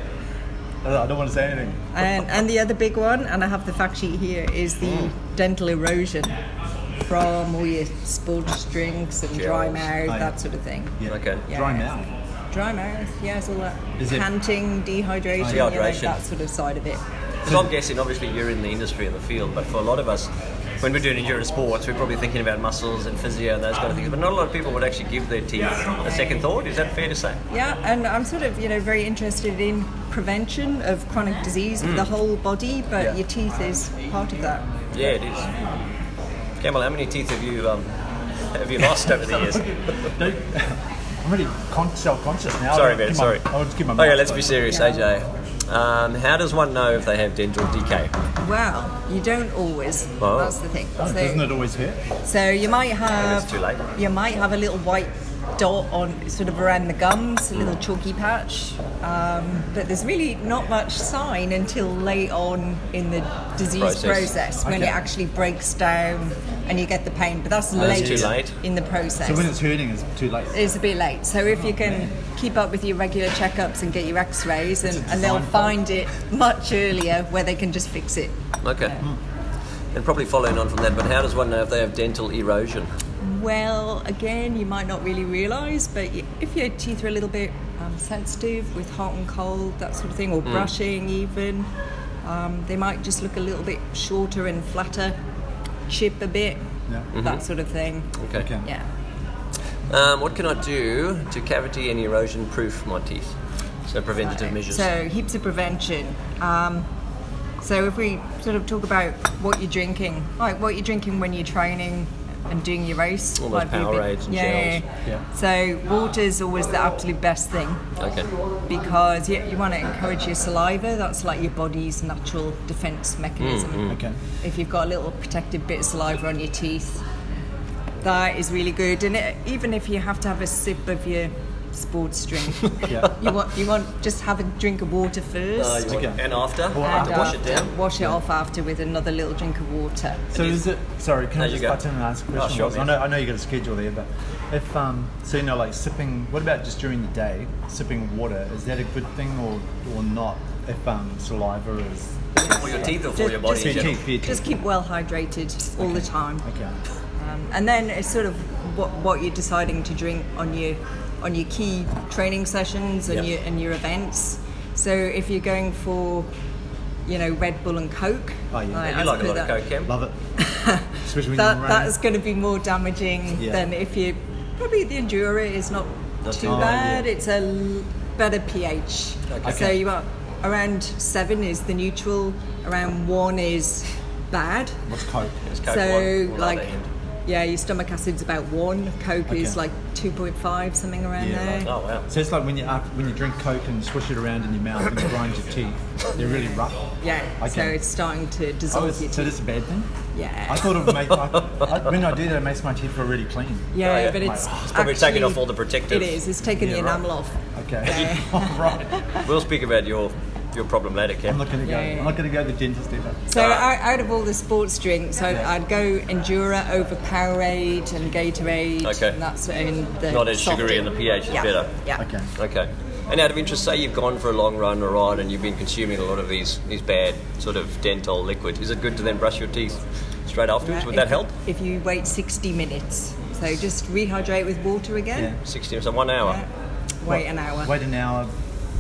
I don't want to say anything. and, and the other big one, and I have the fact sheet here, is the Hmm. dental erosion from all your spilled drinks and dry Gels. mouth, Oh, yeah. that sort of thing. Yeah. Okay. Yeah. Dry mouth. Dry mouth, yes, all that. Is it- Panting, dehydration, you know, Dehydration. that sort of side of it. Because I'm guessing, obviously, you're in the industry and the field, but for a lot of us, when we're doing endurance sports, we're probably thinking about muscles and physio and those kind of things. But not a lot of people would actually give their teeth a second thought. Is that fair to say? Yeah, and I'm sort of, you know, very interested in prevention of chronic disease for the whole body, but Mm. Yeah. your teeth is part of that. Yeah, it is. Campbell, how many teeth have you um, have you lost over the years? Don't, I'm really con- self-conscious now. Sorry, I'll man. give my- Sorry. I'll just give my Okay, mouth let's be closed. serious, AJ. Um, how does one know if they have dental decay? Well, you don't always. Well. That's the thing. Oh, doesn't it always hurt? so you might have It's too late. you might have a little white dot on sort of around the gums, a little Mm. chalky patch. Um, but there's really not much sign until late on in the disease Process. process, when Okay. it actually breaks down and you get the pain. But that's That's late, too late. in the process. So when it's hurting, it's too late. It's a bit late. So if you can keep up with your regular checkups and get your x-rays and, and they'll design find it much earlier where they can just fix it. Okay. Hmm. And probably following on from that, but how does one know if they have dental erosion? Well, again, you might not really realise, but y if your teeth are a little bit um, sensitive with hot and cold, that sort of thing, or brushing even, um, they might just look a little bit shorter and flatter, chip a bit, Yeah. that sort of thing. Okay. Okay. Yeah. Um, what can I do to cavity and erosion proof my teeth? So preventative Right. measures. So heaps of prevention. Um, so if we sort of talk about what you're drinking, like what you're drinking when you're training and doing your race, All those might be a bit- Powerades and yeah, gels. yeah. So water's always the absolute best thing okay. because you, you want to encourage your saliva. That's like your body's natural defense mechanism. Mm, Okay. If you've got a little protective bit of saliva on your teeth, that is really good. And it, even if you have to have a sip of your sports drink, Yeah. you want you want just have a drink of water first. Uh, you want- Okay. And after, and after wash it after- down. wash it off after with another little drink of water. So is it? Sorry, can No, I you just go. butt in and ask a Oh, question? sure, Ross? I man. know, I know you got a schedule there, but if um, so, you know, like sipping. What about just during the day, sipping water? Is that a good thing or or not? If um, saliva is For your teeth or for Just- your body just- in Your general? teeth, your teeth. Just keep well hydrated all the time. okay, Um, and then it's sort of what, what you're deciding to drink on your on your key training sessions and Yeah. your and your events. So if you're going for, you know, Red Bull and Coke. Oh, yeah. You as like a per lot of that- coke, Cam? love it. Especially when you're That running. that is going to be more damaging Yeah. than if you. Probably the Endura is not That's too not- bad. It's a l- better pH. Okay. So you are around seven is the neutral. Around one is bad. What's coke? It's coke So, one, one like, other end. yeah, your stomach acid's about one. Coke is Okay. like 2.5, something around Yeah. there. Oh, wow. So it's like when you after, when you drink coke and swish it around in your mouth and grind your teeth. They're really rough. Yeah, so Okay. it's starting to Oh, dissolve it's, your so teeth. that's a bad thing. Yeah. I thought it would make. I, I, when I do that, it makes my teeth feel really clean. yeah, Oh, yeah. but it's, It's probably taken actually- off all the protective. It is. It's taken Yeah, the right. enamel off. Okay. Yeah. All right. We'll speak about your your problem later, Cam. I'm not gonna go. Yeah, yeah. I'm not gonna go to the dentist either. So Ah. out, out of all the sports drinks, I'd, I'd go Endura over Powerade and Gatorade. Okay. And that's and the Not as soft sugary drink. and the pH is yeah. better. Yeah. Okay. Okay. And out of interest, say you've gone for a long run or ride and you've been consuming a lot of these these bad sort of dental liquids. Is it good to then brush your teeth straight afterwards? Would If- that help? If you wait 60 minutes. So just rehydrate with water again. Yeah. 60 so one hour. Yeah. Wait an hour. Wait an hour.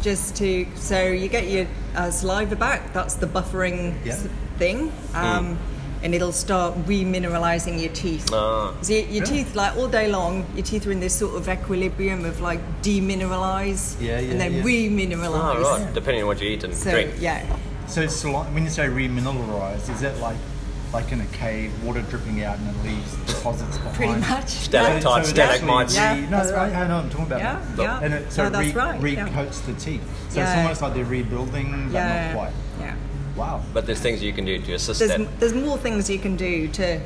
just to so you get your uh, saliva back that's the buffering Yeah. Hmm. s- thing um, and it'll start remineralizing your teeth Ah. so your, your teeth like all day long your teeth are in this sort of equilibrium of like demineralize Yeah, yeah, and then yeah. remineralize Oh, right. Depending on what you eat and so drink. yeah So it's sli- when you say remineralize, is that like like in a cave, water dripping out, and it leaves deposits behind. Pretty much. Stalactites, Yeah. it stalagmites. actually Yeah, no, that's right. I, I know what I'm talking about. Yeah, that. yeah. And it, so No, it that's re- right, yeah. recoats the teeth. So it's Yeah. almost like they're rebuilding, but Yeah. not quite. Yeah. Wow. But there's things you can do to assist There's, that. there's more things you can do to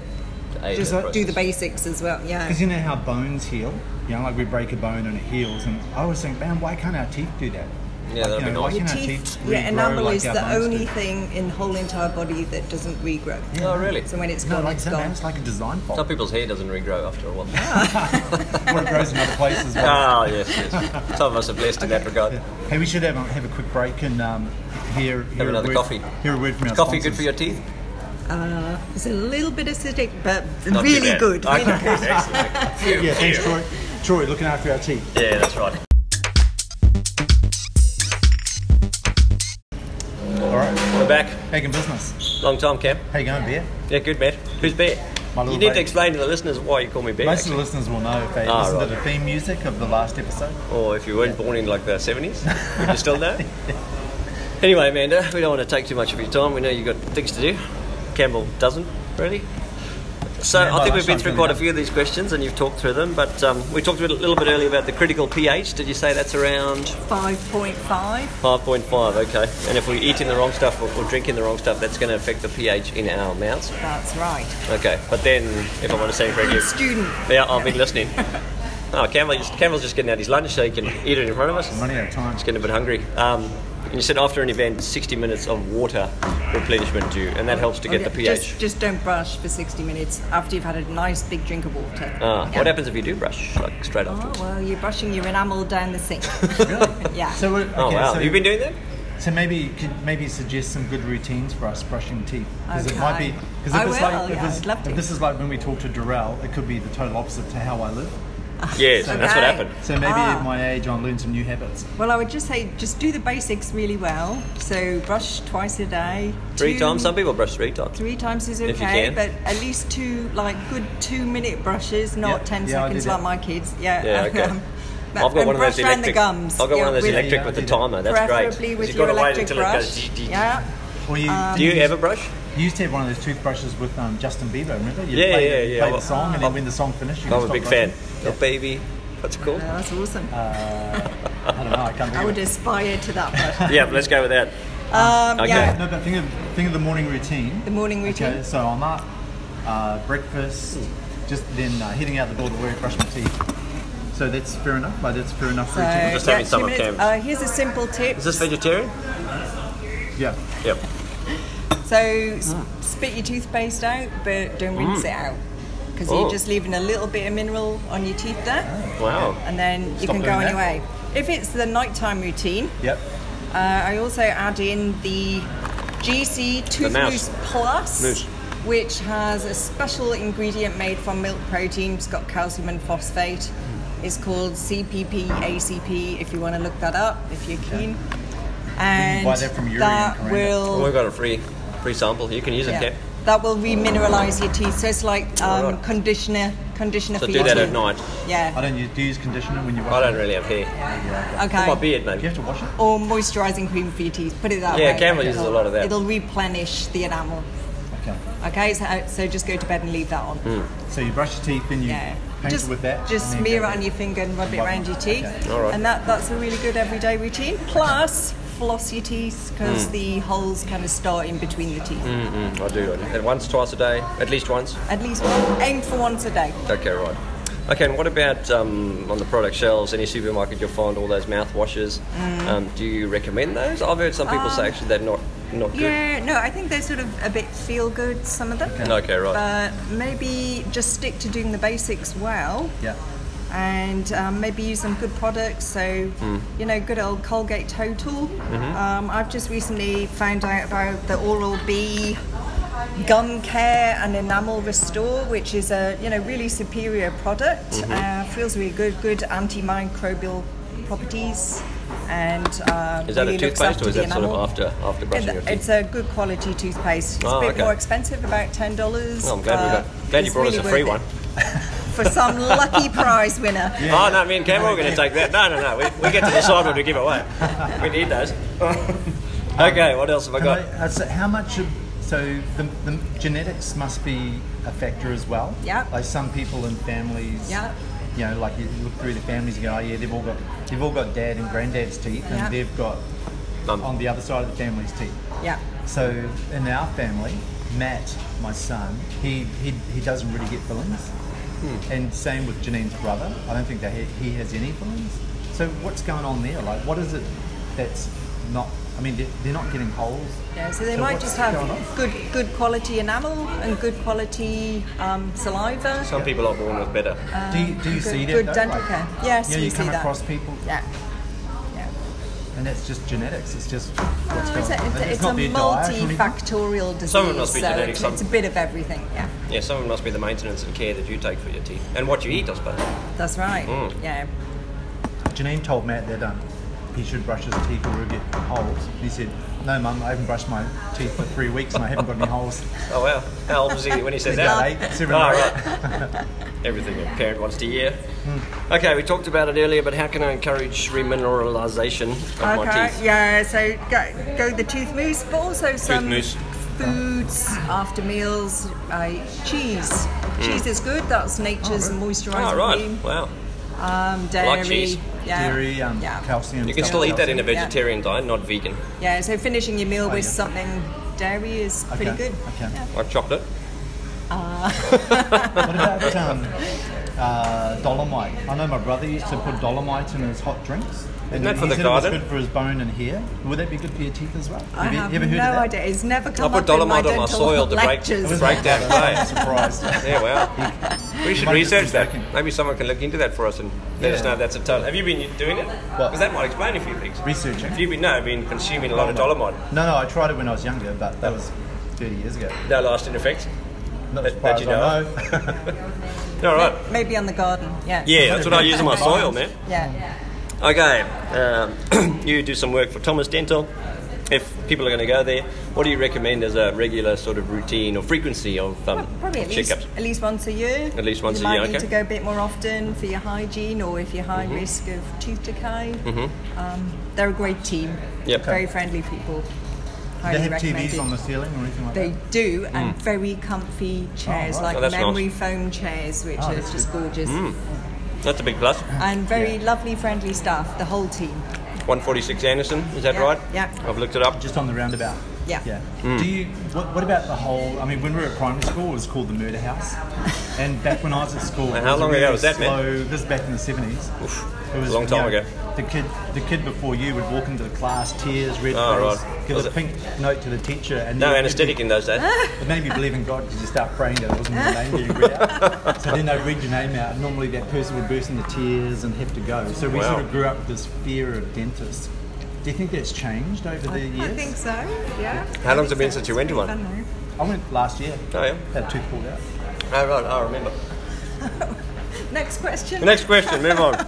aid just that do the process. basics as well. Yeah. Because you know how bones heal? You know, like we break a bone and it heals. And I was thinking, man, why can't our teeth do that? Yeah, that'd like, you be know, nice. Why Your can't teeth, our teeth yeah, enamel regrow like is our the bones only do? thing in the whole entire body that doesn't regrow. Oh, really? So when it's No, gone, like it's so, man, gone. it's like a design fault. Some people's hair doesn't regrow after a while. Ah. or it grows in other places. Well. Ah, yes, yes. Some of us are blessed in that regard. Hey, we should have, a- have a quick break and um, hear, hear another a word, coffee. Hear a word from our Coffee sponsors. good for your teeth? It's a little bit acidic, but Not too really bad. good. Okay, really good. excellent. Phew, Yeah, thanks, phew. Troy. Troy, looking after our teeth. Yeah, that's right. All right. We're back. Hey, in business. Long time, Cam. How you going, Bear? Yeah, good, man. Who's Bear? My you little need mate. to explain to the listeners why you call me Bear, Most of actually. the listeners will know if they Ah, listen right. to the theme music of the last episode. Or if you weren't born in like the 70s, would you still know? anyway, Amanda, we don't want to take too much of your time. We know you've got things to do. Campbell doesn't, really. So Yeah, I by think we've been lunchtime, through doing quite a that. few of these questions and you've talked through them, but um, we talked a little- little bit earlier about the critical pH. Did you say that's around 5.5. 5.5? Okay. And if we're eating the wrong stuff or, or drinking the wrong stuff, that's going to affect the pH in our mouths. That's right. Okay. But then, if I want to say correctly, Student. yeah, I've been listening. Oh, Campbell just, Campbell's just getting out his lunch so he can eat it in front of us. Running out of time. Just getting a bit hungry. Um, and you said after an event, 60 minutes of water replenishment due, and that helps to get Okay, the pH. Just, just don't brush for 60 minutes after you've had a nice big drink of water. Ah, Yeah. What happens if you do brush, like straight Oh, afterwards? well, you're brushing your enamel down the sink. yeah. So, we're, okay, Oh, wow. so, You've been doing that? so maybe could maybe suggest some good routines for us brushing teeth because it might be Okay. because I if, it's will, like, if, yeah, it's- I'd love to. if this is like when we talk to Darrell, it could be the total opposite to how I live. Yes, Okay. that's what happened. So maybe Ah. at my age, I'll learn some new habits. Well, I would just say just do the basics really well. So brush twice a day. Three Two- times. Some people brush three times. Three times is okay, If you can. but at least two like good two minute brushes, not Yeah. ten Yeah, I do seconds that. like my kids. Yeah. Yeah, okay. I've got but- and one of those brush around electric. the gums. I've got yeah, one of those with- electric Yeah, with I the do that. timer. That's preferably great. with You've your got to wait electric until brush. it goes. Yeah. Or you, Um. Do you use- ever brush? You used to have one of those toothbrushes with um, Justin Bieber, remember? You Yeah, played, yeah, you yeah. played Well, the song, and then when the song finished, you I'm could a big stop fan. brushing. Oh, baby. What's it called? Yeah, that's awesome. Uh, I don't know. I can't I think would of it. aspire to that. But, Yeah, let's go with that. um, Okay. Yeah. No, but think of think of the morning routine. The morning routine. Okay, so I'm up, uh, breakfast, just then uh, heading out the door to work, brush my teeth. So that's fair enough. Like that's fair enough So, routine. Just having yeah, some two of minutes. Cam's. Uh, here's a simple tip. Is this vegetarian? Yeah. Yep. So s Ah. spit your toothpaste out, but don't Mm. rinse it out because Oh. you're just leaving a little bit of mineral on your teeth there, Wow. and then you Stop can go doing on that. your way. If it's the nighttime routine, Yep. uh, I also add in the GC Tooth mouse. Mousse Plus, Mousse. which has a special ingredient made from milk protein. It's got calcium and phosphate. It's called CPP ACP. If you want to look that up, if you're keen. And buy that from Uri in that Coranda. will Well, we've got a free free sample. You can use it, yeah. Cam. That will remineralize your teeth. So it's like um, Alright. conditioner, conditioner So for do your that teeth. at night. I Yeah. don't use, do you use conditioner when you brush. I don't really have hair. Okay. My beard, Do you maybe. have to wash it? Or moisturizing cream for your teeth. Put it that Yeah, way. Campbell uses a It'll- lot of that. It'll replenish the enamel. Okay. Okay, so, so just go to bed and leave that on. Hmm. So you brush your teeth, then you Yeah. paint Just, it with that. just and then smear it go on back. your finger and rub it Rub it. around your teeth. Okay. Alright. And that, that's a really good everyday routine. Plus, floss your teeth Hmm. because the holes kind of start in between the teeth. Mm, I do. And once, twice a day, at least once. At least one, aim for once a day. Okay, right. Okay, and what about um, on the product shelves? Any supermarket you'll find all those mouthwashes. Mm. Um, do you recommend those? I've heard some people say actually they're not not good. Um, Yeah, no, I think they're sort of a bit feel good, some of them. Okay, right. But maybe just stick to doing the basics well Yeah. and um, maybe use some good products. So, Hmm. you know, good old Colgate Total. Mm-hmm. Um, I've just recently found out about the Oral B gum care and enamel restore which is a you know really superior product Mm-hmm. uh, feels really good good antimicrobial properties and uh, Is that really a looks toothpaste after or is the that sort of enamel. after after brushing Yeah, your th- teeth? It's a good quality toothpaste. It's Oh, a bit okay. more expensive, about ten dollars. Oh, I'm glad, uh, we got, glad you brought us a free one. for some lucky prize winner. Oh no, me and Cam are going to take that. No, no, no. We, we get to decide what we give away. We need those. okay, what else have I Can I, got? uh, so how much? Of, So the, the genetics must be a factor as well. Yeah. Like some people in families. Yeah. You know, like you look through the families, you go, oh yeah, they've all got they've all got dad and granddad's teeth, Yeah. and they've got Mum. on the other side of the family's teeth. Yeah. So in our family, Matt, my son, he he, he doesn't really get fillings. And same with Janine's brother. I don't think that he, he has any fillings. So what's going on there? Like, what is it that's not? I mean, they're, they're not getting holes. Yeah, so they might what's just have going on? good good quality enamel and good quality um, saliva. Some people are born with better. Do you, do you uh, good- see that? good though? dental Like, care. Yes, you know, we you come see that. across people, Yeah. Yeah. and that's just genetics. It's just what's No, going it's a, on. it's a, it's a not their diet or anything. multifactorial disease. Some of it must be so genetic, it's, some- it's a bit of everything. Yeah, Yeah, some of it must be the maintenance and care that you take for your teeth and what you eat, I suppose. that's right. Hmm. Yeah. Janine told Matt that um, he should brush his teeth or he'll get holes. And he said, "No, mum, I haven't brushed my teeth for three weeks and I haven't got any holes." Oh wow! How old was he when he said About that? eight, seven Oh, or eight. right. Everything a parent wants to hear. Hmm. Okay, we talked about it earlier, but how can I encourage remineralization of my Okay. teeth? Yeah. So go go the tooth mousse, but also some mousse. foods after meals. Uh, cheese. Cheese is good. That's nature's moisturising Oh, Hmm. right. cream. Wow. Um, dairy. cheese. Yeah. Dairy, um, yeah. calcium. You can stuff still like eat that in a Yeah. vegetarian diet, not vegan. Yeah. So finishing your meal with Oh, yeah. something dairy is Okay, pretty good. okay. Yeah. Like chocolate. What about um, uh, dolomite? I know my brother used to put dolomite in his hot drinks. And that he for the said It garden? was good for his bone and hair. Would that be good for your teeth as well? I you have you no of that? idea. It's never I come put up in my dolomite on my dental soil to break, lectures. to break down I'm clay. surprised. Yeah, wow. We might just should be research that. joking. Maybe someone can look into that for us and let us Yeah. know if that's a total. Have you been doing it? What? Because that might explain a few things. Researching? Have you been, no, been consuming a lot of dolomite? No, no, I tried it when I was younger, but that was 30 years ago. No lasting effects? Not That- as far as that you I know know. All right. Maybe on the garden. Yeah. Yeah, that's what I use in my soil, man. Yeah. Okay, um, you do some work for Thomas Dental. If people are going to go there, what do you recommend as a regular sort of routine or frequency of um, Probably at least, checkups? at least once a year. At least once you a year, might need okay. Mm-hmm. to go a bit more often for your hygiene or if you're high risk of tooth decay. Um, they're a great team. Yep. Very friendly people. Highly they have recommended. TVs on the ceiling or anything like They that. do, and very comfy chairs, right. like Mm. Oh, that's Mm. memory foam chairs, which Oh, is that's just gorgeous. That's a big plus. And very lovely, friendly staff, the whole team. 146 Anderson, is that Yeah, right? yeah. I've looked it up. Just on the roundabout. Yeah. Yeah. Hmm. Do you? What, what about the whole? I mean, when we were at primary school, it was called the murder house. And back when I was at school, And it how was a long ago really was that, man? slow, This is back in the seventies. It was a long you time know, ago. The kid, the kid before you would walk into the class, tears, red Oh, face, right. give Was a it- pink note to the teacher, and No then- anesthetic in those days. Oh, It made me believe in God because you start praying that it wasn't your name being read out. So then they'd read your name out, and normally that person would burst into tears and have to go. So we Wow. sort of grew up with this fear of dentists. Do you think that's changed over the years? I think so, yeah. How long's it been since you went to one? I went last year. Oh, yeah. Had a tooth pulled out. Oh, right, I remember. Next question. Next question, move on.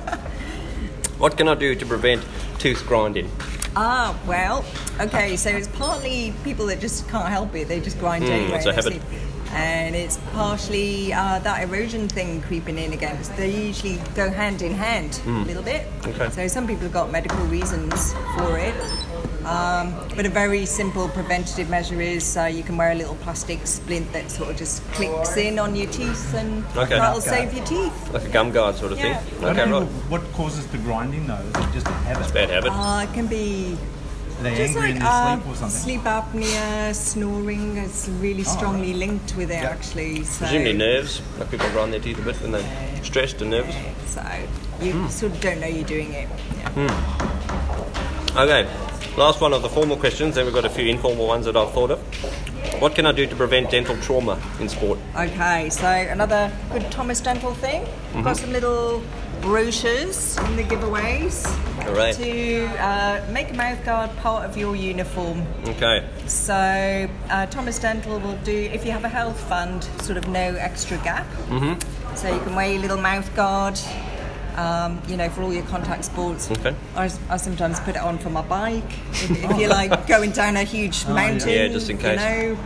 What can I do to prevent tooth grinding? Ah, well, okay, so it's partly people that just can't help it, they just grind anyway. it's a and that's Hmm, habit. it. And it's partially uh, that erosion thing creeping in again, 'cause they usually go hand in hand a little bit. Hmm. Okay. So some people have got medical reasons for it. Um, but a very simple preventative measure is uh, you can wear a little plastic splint that sort of just clicks in on your teeth, and Okay. that'll save your teeth. Like a gum guard sort of Yeah. thing? What, Okay, people- right. what causes the grinding though? Is it just a habit? Bad habit. Uh, it can be Are they Just angry like in their uh, sleep or something? Oh, sleep apnea, snoring is really strongly linked with it Yeah. actually. So, Presumably nerves. Like people grind their teeth a bit when they're stressed and nervous. Yeah, so you Hmm. sort of don't know you're doing it. Yeah. Okay, last one of the formal questions, then we've got a few informal ones that I've thought of. What can I do to prevent dental trauma in sport? Okay, so another good Thomas Dental thing. Got some little brochures in the giveaways Alright. to uh, make a mouthguard part of your uniform. Okay, So uh, Thomas Dental will do if you have a health fund, sort of no extra gap. Mm-hmm. So you can wear your little mouth guard. Um, you know, for all your contact sports. Okay. I, I sometimes put it on for my bike if, if you're like going down a huge mountain. Oh, Yeah, just in case. You know,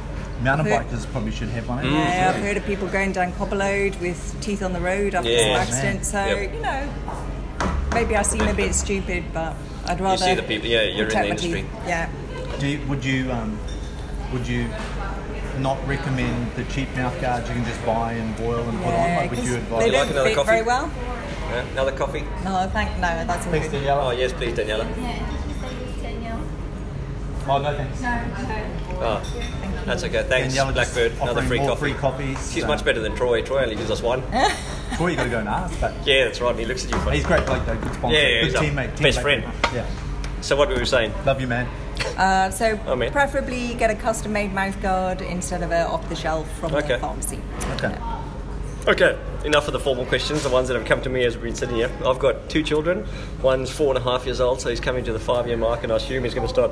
Mountain Who- bikers probably should have Mm, one. eh? yeah, I've heard of people going down Cobbeload with teeth on the road after Yeah. some accident. So Yep. you know, maybe I seem a bit stupid, but I'd rather see the people- yeah, you're in the protect my teeth. industry. Yeah. Do you, would you um, would you not recommend the cheap mouth guards you can just buy and boil and put on? Yeah, Like, would Uh, 'cause you they advise? like don't another fit coffee? very well. Uh, Yeah, another coffee? No, Oh, thank no, that's all. Thanks, good. Daniela. Oh, yes, please, Daniela. Oh, no thanks. Oh, that's okay. Thanks, Daniela just Blackbird. Another offering free more coffee. free copies. She's much better than Troy. Troy only gives us one. Sure, you got to go and ask, but yeah, that's right. He looks at you funny. he's a great bloke though. Good sponsor. Yeah, yeah, good he's our teammate. best teammate. friend. Yeah. So what we were saying? Love you, man. Uh, so Oh, man. preferably get a custom-made mouth guard instead of a off-the-shelf from Okay. the pharmacy. Okay. Okay, enough of the formal questions, the ones that have come to me as we've been sitting here. I've got two children. One's four and a half years old, so he's coming to the five year mark, and I assume he's going to start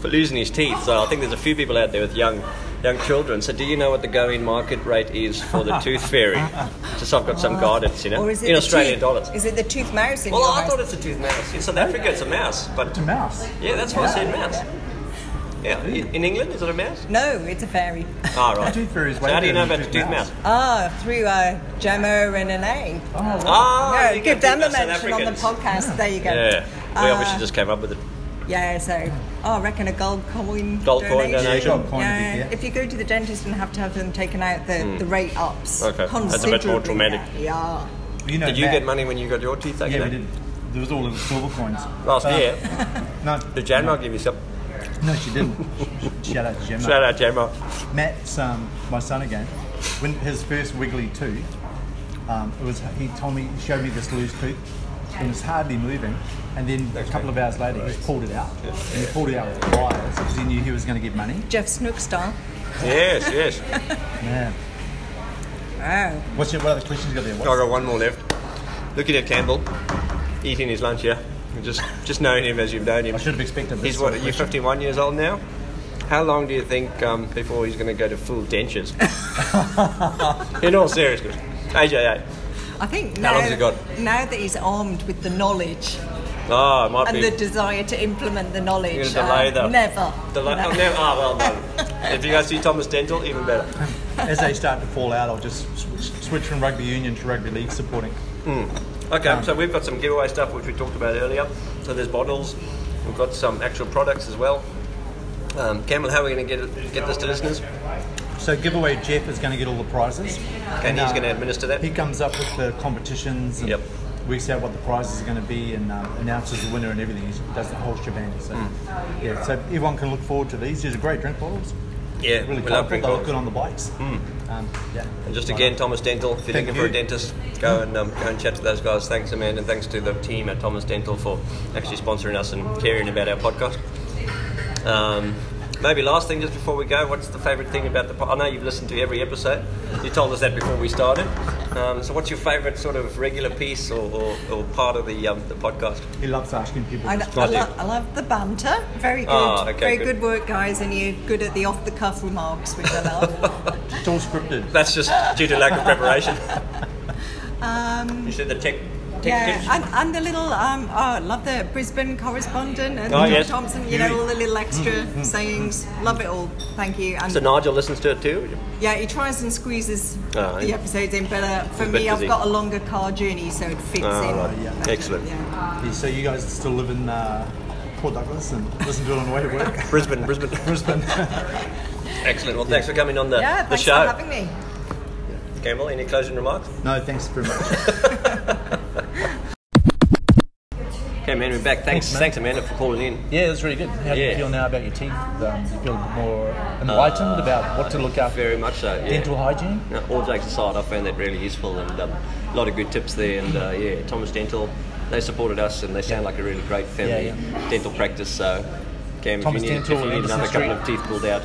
for losing his teeth. So I think there's a few people out there with young young children. So do you know what the going market rate is for the tooth fairy? Just I've got some guidance, you know, Or is it in the Australian tooth- dollars. Is it the tooth mouse in Well, your I house? thought it's a tooth mouse. In South Africa, it's a mouse, but It's a mouse. yeah, that's what I said, mouse. Yeah, in England, is it a mouse? No, it's a fairy. Ah, right. Tooth fairy is So way how do you know better than about the tooth tooth mouse? mouse. Ah, through uh, Gemma and Renee. Ah, No, you give can them think a of South mention on the Africans. podcast. There you go. Yeah, we Uh, obviously just came up with it. Yeah, so oh, I reckon a gold coin. Gold coin donation. Gold coin would be Yeah, fair. if you go to the dentist and have to have them taken out, the, the rate ups. Hmm. Okay, that's a bit more considerably. traumatic. Yeah. You know, Did you Matt- get money when you got your teeth taken? Yeah, we out? did. There was all little silver coins. Last Uh, year, No, did Jamrock give you some? no, she didn't. Shout out to Gemma. Shout out Jamrock. Matt's um, my son again. When his first wiggly tooth, um, it was he told me he showed me this loose tooth, and it's hardly moving. And then a couple of hours later, he just pulled it out, and he pulled it out with pliers because he knew he was going to get money. Jeff Snook style. Yes, yes. Yeah. Wow. What's your, what other questions you got there? I What's, got one more left. Looking at Campbell, eating his lunch here. Yeah? Just, just knowing him as you've known him. I should have expected this. He's sort what? of You're question. 51 years old now. How long do you think um, before he's going to go to full dentures? In all seriousness, AJ. I think How now, long's he got? now that he's armed with the knowledge Oh, it might and be. the desire to implement the knowledge, You're gonna delay uh, that. never. Delay- No. oh, never. Ah, well done. if you guys see Thomas Dental, even better. As they start to fall out, I'll just switch, switch from rugby union to rugby league supporting. Okay, so we've got some giveaway stuff which we talked about earlier. So there's bottles. We've got some actual products as well. Um, Campbell, how are we going to get get this to listeners? So giveaway Jeff is going to get all the prizes, And he's uh, going to administer that. He comes up with the competitions and Yep. works out what the prizes are going to be and um, announces the winner and everything. He does the whole shebang. So, Hmm. yeah, so everyone can look forward to these. These are great drink bottles. Yeah, really we love colourful. They drink look bottles. Hmm. good on the bikes. Um, yeah. And just again, Thomas Dental. If you're Thank looking for a you. dentist, go and um, go and chat to those guys. Thanks, Amanda, and thanks to the team at Thomas Dental for actually sponsoring us and caring about our podcast. Um, maybe last thing just before we go, what's the favourite thing about the? Po- I know you've listened to every episode. You told us that before we started. Um, so, what's your favourite sort of regular piece or, or, or part of the um, the podcast? He loves asking people. I, I, Lovely. lo- I love the banter. Very good. Ah, okay, Very good. good. work, guys, and you're good at the off the cuff remarks, which I love. It's all scripted. That's just due to lack of preparation. um, You said the tech. tech yeah, tips? and, and the little, um, oh, I love the Brisbane correspondent and Oh, Tom yes. Mm. Thompson, you know, all the little extra sayings. Love it all. Thank you. And So Nigel listens to it too. yeah, he tries and squeezes Ah, the yeah. episodes in, but uh, for a bit me, I've busy. got a longer car journey, so it fits Ah, in. right. But, Excellent. Yeah. Yeah, so you guys still live in uh, Port Douglas and listen to it on the way to work. Brisbane, Brisbane, Brisbane. Excellent. Well, thanks for coming on the, yeah, the thanks show. for having me. Campbell, any closing remarks? No, thanks very much. Okay, man, we're back. Thanks, thanks, Amanda, for calling in. Yeah, it was really good. How do Yeah. Uh, you feel now about your teeth? Um, do you feel more enlightened about what to look out for? Very much so. Yeah. Dental hygiene? No, all jokes aside, I found that really useful and um, a lot of good tips there. And uh, yeah, Thomas Dental, they supported us and they sound like a really great family Yeah, dental practice. So, Cam, Thomas if you need, Dental, if you need Anderson another couple of teeth pulled out,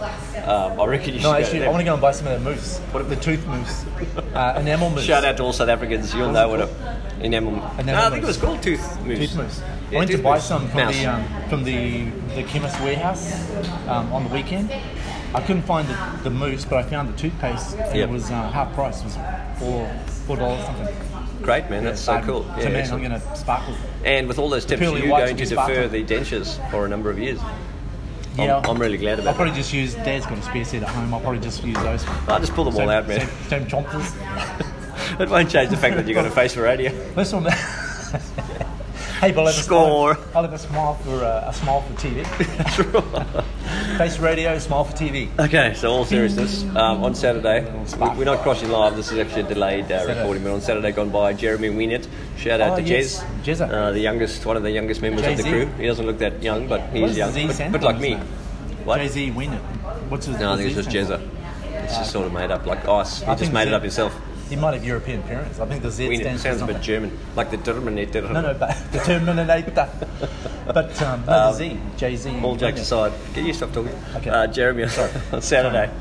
um, I reckon you should No, go actually, there. I want to go and buy some of that mousse. What the tooth mousse? Uh, enamel mousse. Shout out to all South Africans. You'll know what a enamel. Enamel no, I think it mousse. was called tooth mousse. Tooth mousse. Yeah, I went to tooth buy mousse. some from Mouse. the um, from the the chemist warehouse um, on the weekend. I couldn't find the, the mousse, but I found the toothpaste, and Yep. it was uh, half price. It was four four dollars something. Great man, that's so Um, cool. so Yeah, man, excellent. I'm going to sparkle. And with all those tips, pearly you're whites going will to be defer sparkling. the dentures for a number of years. Yeah, I'm really glad about I'll probably just use. Dad's got a spare set at home. I'll probably just use those. I'll just pull them all Same- out, man. Same, same chompers. It won't change the fact that you've got a face for radio. Listen, man. Hey, but I'll have a Score. smile- I'll have a smile for uh, a smile for TV. Face radio, smile for TV. Okay, so all seriousness, um, on Saturday, we- we're not crossing live. This is actually a delayed uh, recording, but on Saturday gone by, Jeremy Wienert. Shout out Oh, to yes, Jez, Jezza. uh, the youngest, one of the youngest members of the Jay-Z. crew. He doesn't look that young, but he What does is young, Z but, stand but for like in me. his name? What? Jay Z win it. What's his? No, I what's think it's his just stand Jezza. It's just sort of made up like ice. He Ah. I just think made it Z- up himself. for? He might have European parents. I think the Z Wienert stands for sounds a bit something. German, like the Terminator. No, no, but the Terminator. but um, no, the Z, Jay Z. All jokes aside, can you stop talking? Okay. Uh, Jeremy, on Saturday,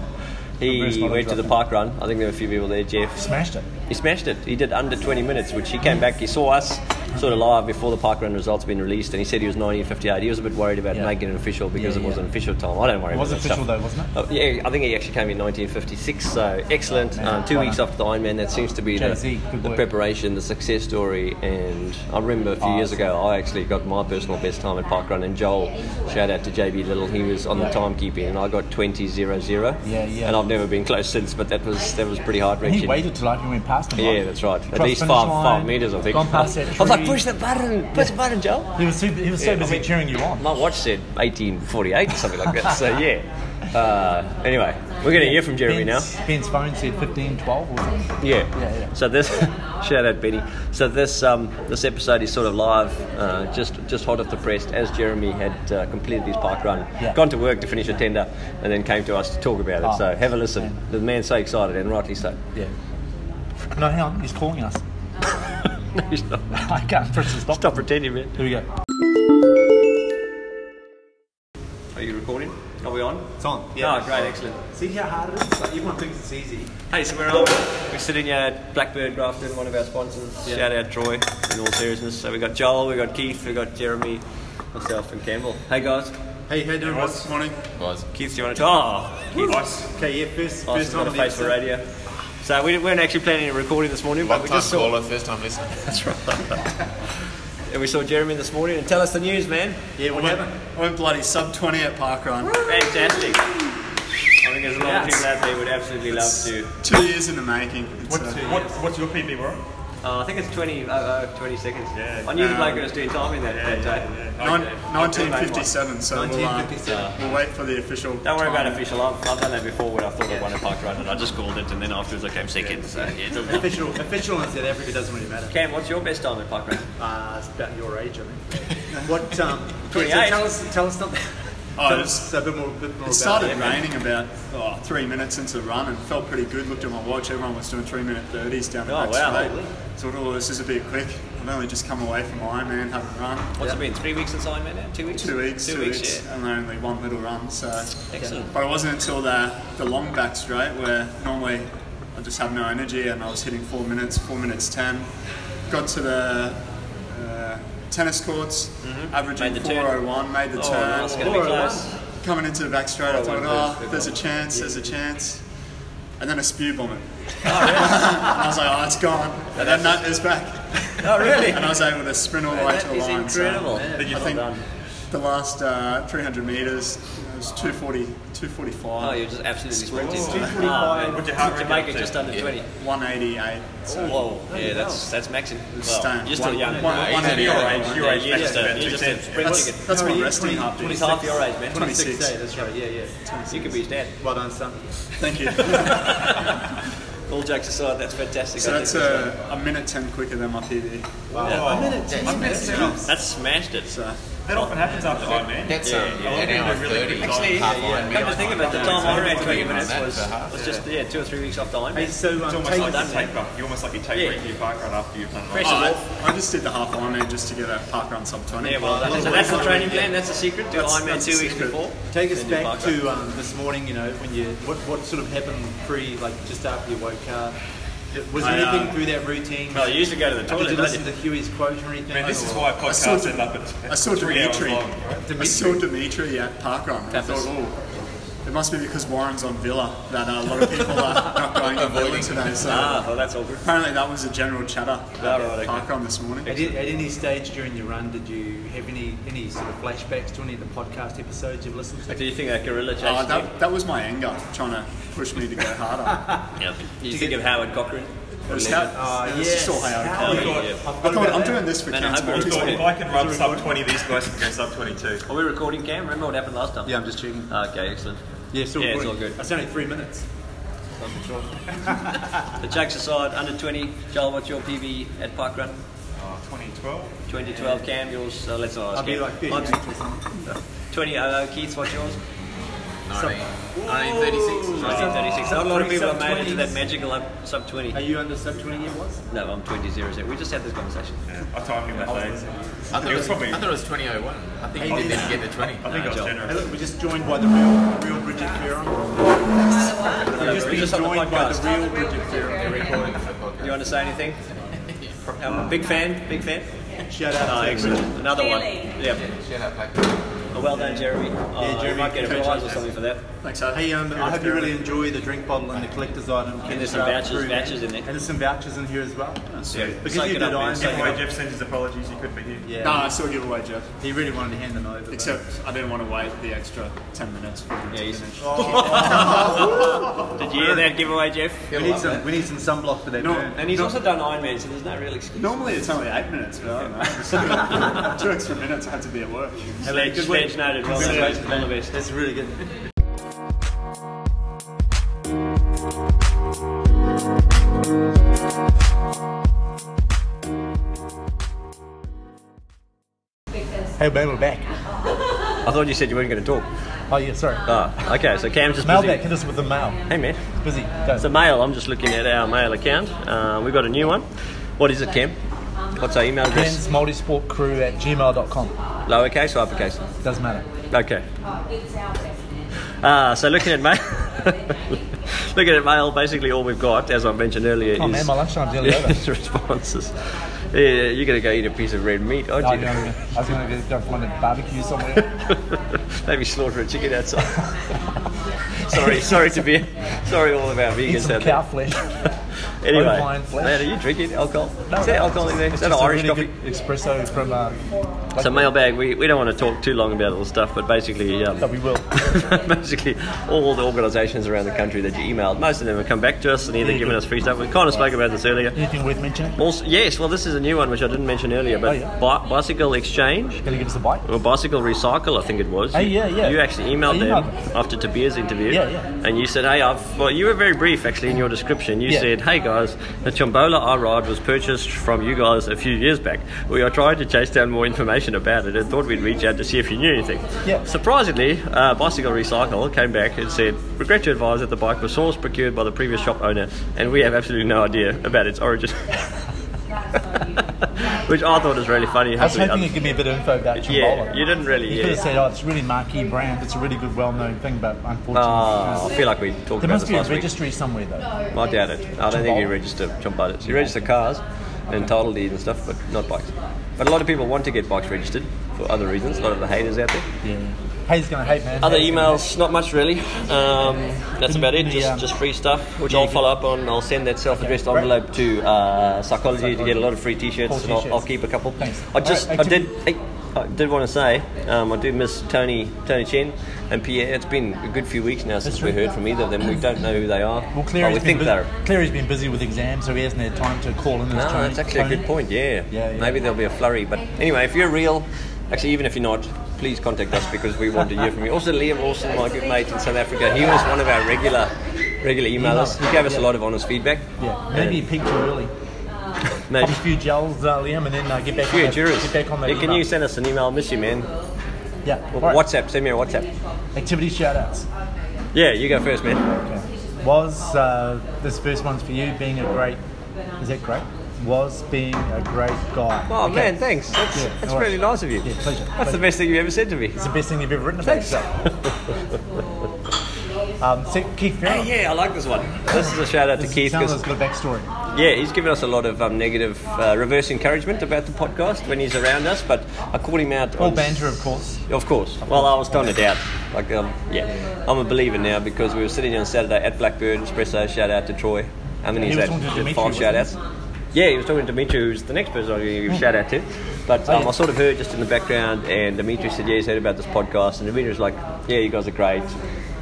Bruce he Modern went to the Drop. park run. I think there were a few people there, Jeff. Smashed it. He smashed it. He did under 20 minutes, which he came back. He saw us sort of live before the park run results had been released, and he said he was 1958. He was a bit worried about Yeah. making it official because Yeah, it wasn't yeah. official time. I don't worry. It was about official that though, stuff. wasn't it? Uh, yeah, I think he actually came in 1956. So excellent. man. um, two Well weeks done. after the Ironman, that seems to be Jay-Z, the, good the work. Ah, preparation, the success story. And I remember a few years ago, I actually got my personal best time at park run. And Joel, shout out to JB Little, he was on the timekeeping, and I got 20 0 0. Yeah, yeah. And I've never been close since, but that was that was pretty heart wrenching. He waited till after he went past him. Yeah, that's right. At Cross least finish five line, five meters, I think. Gone past that I was like, tree. push the button, push the button, Joe. He was, super, he was so Yeah, I busy mean- cheering you on. My watch said 1848 or something like that. So yeah. Uh, anyway, we're going to hear from Jeremy now. Ben's, Ben's phone said 15, 12 or something. Yeah. Yeah, yeah. So this shout out Benny. So this um, this episode is sort of live, uh, just just hot off the press as Jeremy had uh, completed his park run, Yeah. gone to work to finish a tender, and then came to us to talk about it. Oh, so have a listen. The man's so excited, and rightly so. Yeah. No, hang on. He's calling us. No, he's not. I can't press the stop. Stop pretending, man. Here we go. Are you recording? Are we on? It's on. Yeah. Oh, great, excellent. See how hard it is? Like, everyone thinks it's easy. Hey, so we're on. We're sitting here at Blackbird Grafton, one of our sponsors. Shout out Troy, in all seriousness. So we got Joel, we got Keith, we got Jeremy, myself, and Campbell. Hey, guys. Hey, how you doing, boss? This morning. Keith, do you want to talk? Oh, Keith. Nice. Okay, yeah, first, Awesome, first time got a on the face for episode. radio. So we weren't actually planning on recording this morning, but One we time just saw. caller, first time listener. That's right. and we saw Jeremy this morning. And tell us the news, man. Yeah, what happened? I went bloody sub 20 at Parkrun. Fantastic. I think there's a lot of people out there who would absolutely love to. Two years in the making. It's, uh, What, what's your PB, bro? Uh, I think it's 20, uh, uh, 20 seconds. Yeah. I knew the Um, bloke who was doing time in that, that day. nine- Okay. 1957, so we'll, uh, 1957. we'll wait for the official. Don't worry about time. official. I've, I've done that before when I thought I won a park run and I just called it and then afterwards I came second. So yeah, it doesn't matter. Official, official in South Africa doesn't really matter. Cam, what's your best time at park run? Uh, it's about your age, I think. what, um, 28. us, tell us something. Oh, it's, a bit more, bit more it started raining about oh, three minutes into the run and felt pretty good. Looked at my watch, everyone was doing three minute 30s down the Oh, back wow. straight. Thought, oh, this is a bit quick. I've only just come away from Ironman, haven't run. What's it been? Three weeks since Ironman now? Two weeks? Two weeks, Two, weeks, yeah. and only one little run. So, Excellent. but it wasn't until the the long back straight where normally I just have no energy, and I was hitting four minutes, four minutes ten. Got to the uh, tennis courts, averaging Mm-hmm. Made the turn. four oh one, made the Oh, turn. that's gonna be 401. close. Coming into the back straight, I 401 thought, oh, first, there's a good chance, there's a chance, and then a spew bomb it. Oh, and I was like, oh, it's gone. And then that is back. Oh, really? And I was able to sprint all the way to that the is line. so- incredible. I think the last uh, 300 metres it was 240, 245. Oh, you're just absolutely sprinting. Two forty Ah, five. man. What'd your heart to rate make go it to? just under 20. 188. So Whoa. Yeah, that's that's maxing. Well, staying. you're still One- young. one- Yeah, one you're eighty your right. age, your Yeah, age you're makes just a- about you're just a 210. sprint That's- ticket. that's my How are you? resting 20 heart beat. 20's half your age, man. 26. 26. eh? That's right. Yeah, yeah. You could be his dad. well done, son. Thank you. All jokes aside, that's fantastic. so I think that's uh, a, a minute 10 quicker than my PB. Yeah. That's smashed it. So That often happens after Ironman. That's um, an hour thirty. Actually, half yeah, Ironman. come to think about it, the time I ran 20 even on minutes that was, for half, was just yeah, two or three weeks off the Ironman. so um, almost like done, man. You almost like you take Yeah. yeah. your bike right after you've done it. Pressure off. I, I just did the half Ironman just to get a park run sub 20. Yeah, well, that's, so that's the training plan. That's the secret. Do That's- Ironman that's two the weeks secret. before. Take us then you back park up. to um, this morning, you know, when you what, what sort of happened pre, like just after you woke up. It- Was there I, uh, anything through that routine? Well, you used to go to the toilet, Did um, you don't listen you? to Huey's quote or anything? Man, this is or- why saw- podcasts end up at I saw three hours Dimitri. long. I saw Dimitri at Parkrun. and I thought, oh, it must be because Warren's on Villa that uh, a lot of people are not going to Villa today. So Ah, well, that's all good. apparently that was a general chatter Ah, about right, okay. Parkrun this morning. At, i- at any stage during your run, did you have any any sort of flashbacks to any of the podcast episodes you've listened to? Do you think that gorilla chased Oh, that, that was my anger trying to push me to go harder. you? Yeah. You think of Howard Cochran? It was how, Ah, it was just all yes. how How it we came. got- I've I got thought, about I'm that. doing this for Man, I Ken's hope we're multi recording. If I can run sub 20, these guys can go sub 22. Are we recording, Cam? Remember what happened last time? Yeah, I'm just checking. Okay, excellent. Yeah, still it's all recording. good. That's only three minutes. The jokes aside, under 20, Joel, what's your PB at Park Run? Uh, 2012. 2012, Cam, yours, uh, let's not ask I'll be Cam. like this. Mine's- 20, uh, Keith, what's yours? 1936. 1936. Not a lot of people have made it to that 20s. magical up, sub 20. Are you under sub 20 yet, was? No, I'm 20 zero zero. We just had this conversation. I timed him that day. I thought it was, I thought it was 2001. I think he didn't get the 20. Hey, look, we're just joined by the real, real Bridget Ferrum. We're just We're being just on the joined by podcast. the real Bridget Ferrum. Do you want to say anything? I'm a big fan, big Uh, fan. Shout out Oh, to excellent. Bridget. Another one. Yeah. Oh, well done, Jeremy. Oh, Yeah, You Jeremy, might get a prize or congratulations. something for that. Thanks, Ad. Hey, um, I hope you really enjoy the drink bottle and the collector's item. And there's some Ken's, uh, vouchers- crew, man. vouchers in there. And there's some vouchers in here as well. sweet. Because Suck you it did up, man. iron. Suck it Anyway, up. Jeff sends his apologies. He couldn't be here. Yeah. No, I still give away, Jeff. He really wanted to hand them over. though. Except I didn't want to wait the extra 10 minutes for them Yeah, to you- finish. Did you hear that giveaway, Jeff? we need some. We need some sunblock for that. No, burn. And he's also done Iron Man, so there's no real excuse. Normally it's only 8 minutes, but I don't know. Two extra minutes I had to be at work. Sledge, sledge noted. Well done, guys. All the best. That's really good. Hey, babe, we're back. I thought you said you weren't going to talk. Oh yeah, sorry. Ah, okay. So Cam's just Mail busy. back. Hit us with the mail. Hey man, It's busy. it's a mail. I'm just looking at our mail account. Uh, we've got a new one. What is it, Cam? What's our email address? Ken's multisport crew at gmail.com. Lowercase or uppercase? Doesn't matter. Okay. Uh, so looking at mail, looking at mail, basically all we've got, as I mentioned earlier, Oh is man, my lunchtime's nearly over. is responses. Yeah, you're gonna go eat a piece of red meat, Oh, aren't I was you? gonna- I was going to go find a barbecue somewhere. Maybe slaughter a chicken outside. sorry, sorry to be, sorry all of our vegans Eat some out cow there. flesh. Anyway, Ovine flesh. man, are you drinking alcohol? No, is there no, alcohol in there? Is It's that an just a Irish really coffee? good espresso from. Um, like So mailbag, we, we don't want to talk too long about all the stuff, but basically, um, that we will. basically all the organisations around the country that you emailed, most of them have come back to us and either Yeah, given good. us free stuff. We kind of spoke about this earlier. Anything worth mentioning? Also, yes, well, this is a new one which I didn't mention earlier, but Oh, yeah. bi- bicycle exchange Going to give us a bite? or bicycle recycle, I think it was. Hey, yeah, yeah. You actually emailed, I them emailed them. after Tabir's interview, Yeah, yeah. and you said, "Hey, I've well, you were very brief actually in your description. You Yeah. said, "Hey guys, the Chombola I ride was purchased from you guys a few years back. We are trying to chase down more information about it and thought we'd reach out to see if you knew anything." Yeah. Surprisingly, uh, Bicycle Recycle came back and said, "Regret to advise that the bike was sourced procured by the previous shop owner, and we have absolutely no idea about its origin." Which I thought was really funny. I was Hopefully hoping others- you'd give me a bit of info about Yeah, Chimbola. you didn't really, You yeah. could have said, oh, it's a really marquee brand. It's a really good, well-known thing, but unfortunately, Ah, I feel like we talked there about must this be a last week. registry somewhere though. I doubt it. I don't think you register jump boilers. You register cars and title deeds and stuff, but not bikes. But a lot of people want to get bikes registered for other reasons. A lot of the haters out there. Yeah. Hayes gonna hate man. Other Hayes gonna emails, not much really. Um, that's about it. The, Just, um, just free stuff, which I'll follow up on. I'll send that self-addressed envelope to uh, psychology, to get a lot of free T-shirts, Cool and I'll, I'll T-shirts. keep a couple. Thanks. I just, Alright, I did, I, I did want to say, um, I do miss Tony, Tony Chen, and Pierre. It's been a good few weeks now since we heard from either of them. We don't know who they are. hate- Well, Oh, Clary's we been think bu- they're. Clary's been busy with exams, so he hasn't had time to call in. his No, Tony- that's actually a Tony. good point. Yeah. Yeah, yeah. Maybe there'll be a flurry. But anyway, if you're real, actually, even if you're not, please contact us because we want to hear from you. Also, Liam Lawson, my good mate in South Africa, he was one of our regular regular emailers. He gave us a lot of honest feedback. Yeah, maybe he peaked too early. Pop Maybe. a few gels, uh, Liam, and then uh, get back. Yeah, on the, jurors. Get back on the Yeah, can email. you send us an email? Miss you, man. Yeah. Or All right. WhatsApp. Send me a WhatsApp. activity shout outs? Yeah, you go first, man. Was uh, this first one's for you being a great? Is that great? Was being a great guy. Oh Okay. man, thanks. That's, Yeah, that's all right. really nice of you. Yeah, pleasure. That's the Pleasure. best thing you've ever said to me. It's the best thing you've ever written about yourself. um, so Keith Farrell. Hey, yeah, I like this one. This is a shout out to This- Keith Some of 'cause- has got a backstory. Yeah, he's given us a lot of um, negative uh, reverse encouragement about the podcast when he's around us, but I called him out. All on- banter, of course. Of course. Well, I was starting to doubt. Like, um, yeah, I'm a believer now because we were sitting on Saturday at Blackbird Espresso. Shout out to Troy. How many He is was that? talking to Did Dimitri, Five wasn't shout outs. he? Yeah, he was talking to Dimitri, who's the next person I'll give a shout out to. Oh, But um, I sort of heard just in the background, and Dimitri said, Yeah, he's heard about this podcast. And Dimitri was like, Yeah, you guys are great.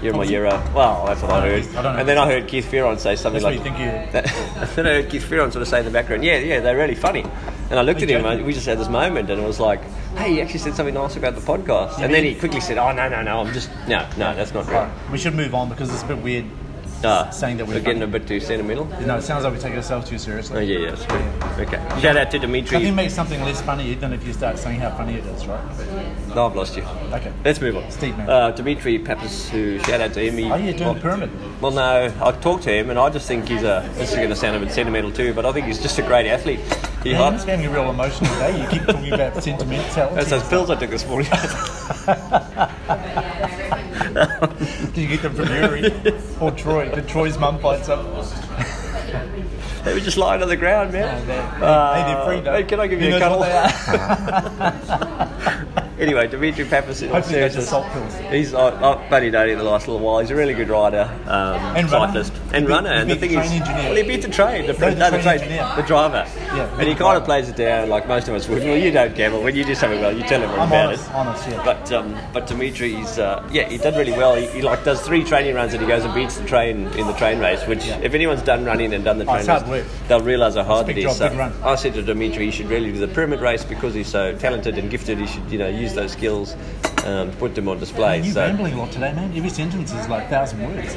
You're my hero. Well, that's what I heard. I don't know. And then I heard Keith Fearon say something That's what you think like, you- that, then I heard Keith Fearon sort of say in the background, yeah, yeah, they're really funny. And I looked at him, and we just had this moment, and it was like, hey, he actually said something nice about the podcast. and then he quickly said, oh, no, no, no, I'm just, no, no, that's not right. We should move on because it's a bit weird Ah, saying that we're we're getting a bit too sentimental. No, it sounds like we take ourselves too seriously. Oh, yeah, yeah, that's good. Okay. Shout out to Nothing Dimitri. makes something less funny than if you start saying how funny it is, right? No, I've lost you. Okay. Let's move on. Steve, uh, Dimitri Pappas, who shout out to him. He, Oh, yeah, doing the pyramid. Well, no, I talked to him, and I just think he's a. This is going to sound a bit sentimental too, but I think he's just a great athlete. He Man, hypes. it's getting real emotional today. You keep talking about sentimentality. That's those pills I took this morning. Did you get them from Yuri or Troy? Did Troy's mum find some? they were just lying on the ground, man. hey, they're free, though. Uh, hey, can I give He you, a knows what cuddle? anyway, Dimitri Pappas. in all Hopefully those are seriousness, salt pills. He's uh, I- I've only known him the last little while. He's a really good rider, um, And runner. cyclist, He and beat- runner. he And the beat thing the is, train engineer. well, he beat the train. The, No, the no, the, train train, engineer. the driver. Yeah, and the he kind of plays it down like most of us would. Well, you don't gamble. When you do something well, you tell everyone I'm about honest, it. honest, yeah. But um, but Dimitri's uh, yeah, he did really well. He, he like does three training runs and he goes and beats the train in the train race. Which if anyone's done running and done the Oh, train it's race, hard work. they'll realise how hard big it is. job, big So run. I said to Dimitri, you should really do the pyramid race because he's so talented and gifted. He should you know use those skills, um, put them on display. Man, you're so rambling a lot today, man. Every sentence is like a thousand words.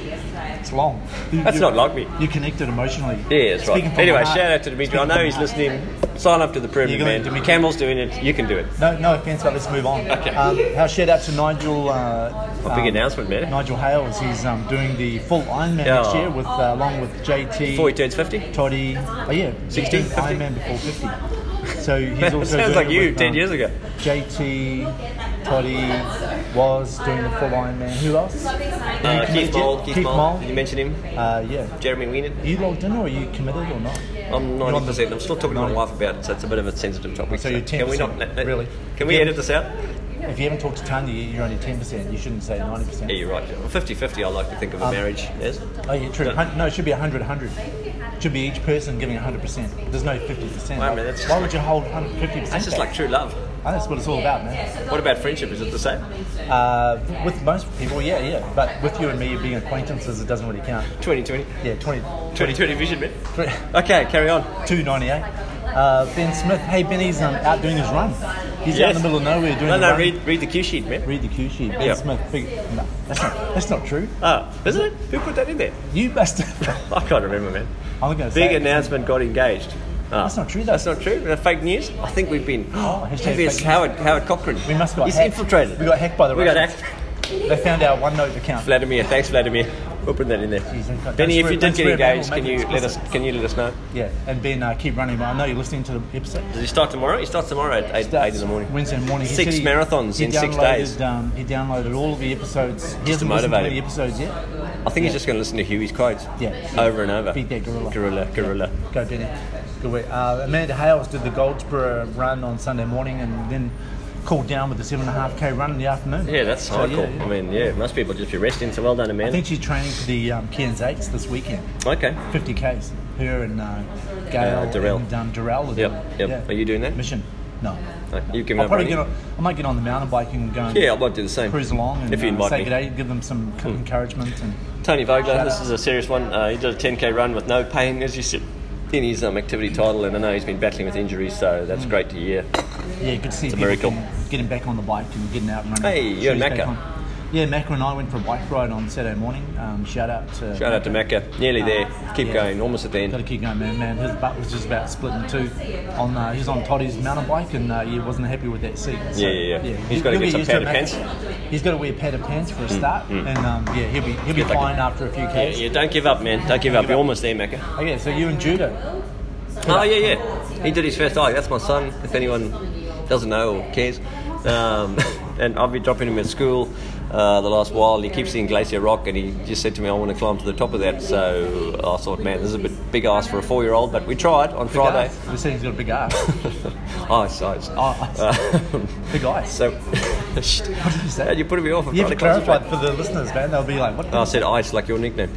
It's long. That's You're- not like me. You're connected emotionally. yeah, that's right. Speaking from Anyway, my heart. shout out to Dimitri. I Speaking know from he's my heart. listening. Sign up to the pyramid, You're gonna- man. Campbell's doing it. You can do it. No, no offense, but let's move on. Okay. Um, our shout out to Nigel. Uh, A big um, announcement, man. Nigel Hales. He's um, doing the full Ironman next Oh. year with uh, along with JT. Before he turns 50? Toddy. Oh yeah, 16, 50? Ironman before fifty. So he's also Sounds doing like it you with, 10 um, years ago. JT, Toddy, was doing the full Ironman. Who else? Uh, Keith Mole. Keith, Mole. Did you mention him? Uh, yeah. Jeremy Weenan. Are you logged in or are you committed or not? I'm 90%. I'm still talking to my wife about it, so it's a bit of a sensitive topic. So you're Can we not? 10%, let- let- really? Can we Yeah. edit this out? If you haven't talked to Tanya yet, you're only 10%. You shouldn't say 90%. Yeah, you're right. 50 50, I like to think of a Um, marriage as. Oh, yeah, true. Hun- No, it should be 100 100. It should be each person giving 100%. There's no 50%. Why, man, that's just Why like- would you hold 150%? That's just like true love. Oh, that's what it's all about, man. What about friendship? Is it the same? Uh, with most people, yeah, yeah. But with you and me being acquaintances, it doesn't really count. 2020. Yeah, 20. 2020 vision, man. Okay, carry on. 298. Uh, ben Smith, hey, Benny's um, out doing his run. He's out in the middle of nowhere doing No, a no, run. read, read the cue sheet, man. Read the cue sheet. Ben Yeah. Smith, big- no, that's not, that's not true. Ah, isn't it? Who put that in there? You must I can't remember, man. I'm gonna say Big it. announcement got engaged. Ah. That's not true, though. That's not true. Uh, Fake news? I think we've been. Oh, hashtag Maybe it's fake news. Howard, Howard Cochran. We must have got He's hacked. infiltrated. We got hacked by the We got Russians. They found our OneNote account. Vladimir, thanks, Vladimir. We'll put that in there. don't Benny, if swear- you don't did get swear, man, engaged, we'll can make it you let us? explicit. Can you let us know? Yeah, and Ben, uh, keep running, but I know you're listening to the episode. Does he start tomorrow? He starts tomorrow at eight, eight in the morning. Wednesday morning. He Six said he- marathons he in six downloaded, days. Um, he downloaded all of the episodes. he to hasn't listened motivate to the him. episodes yet. I think he's just going to listen to Huey's quotes. Yeah. Over and over. Beat that gorilla. Gorilla, gorilla. Go Benny. Good work. Uh, Amanda Hales did the Goldsboro run on Sunday morning and then cooled down with the seven and a half k run in the afternoon. Yeah, that's So, yeah, hardcore. yeah. I mean, yeah, most people just be resting. So well done, I Amanda. think she's training for the um, Cairns Eights this weekend. Okay. 50Ks. Her and uh, Gail Uh, Darrell. and um, Darrell. are doing Yep, it. yep. Are you doing that? Mission. No. No, You've given I'll up probably running. get on, I might get on the mountain bike and go and Yeah, I might do the same. cruise along and If you uh, invite say me. Hmm. good day, give them some c- encouragement and Tony Vogler, Shout this out. is a serious one. Uh, he did a 10k run with no pain, as you said, in his um, activity title, and I know he's been battling with injuries, so that's Mm. great to hear. yeah, good to see It's a people miracle. getting- getting back on the bike and getting out and running. Hey, you and Shoes back Macca. on. Yeah, Macca and I went for a bike ride on Saturday morning. Um, shout out to Shout out to Macca. Nearly Uh, there. Keep yeah. going. Almost at the Got to end. keep going, man. Man, his butt was just about split in two. On uh, he was on Toddy's mountain bike, and uh, he wasn't happy with that seat. So, Yeah, yeah, yeah. He's he- gotta he'll get be some used to it, padded mate. He's got to wear padded pants for a Mm, start, mm. and um, yeah, he'll be he'll be Get like a- fine after a few Yeah, k's. yeah, don't give up, man. Don't give up. You're almost there, Macca. Okay, so you and judo. Oh yeah, yeah. He did his first hike. That's my son. If anyone doesn't know or cares, um, and I've been dropping him at school uh, the last while. He keeps seeing Glacier Rock, and he just said to me, "I want to climb to the top of that." So I thought, man, this is a bit big ask for a four-year-old, but we tried on Friday. Oh, We're saying he's got a big ass. Ice, ice. Ah, Uh, big ice. So what did you say? you putting me off. I'm You have trying to to clarify concentrate. for the listeners, man. They'll be like, what? I said ice, like your nickname.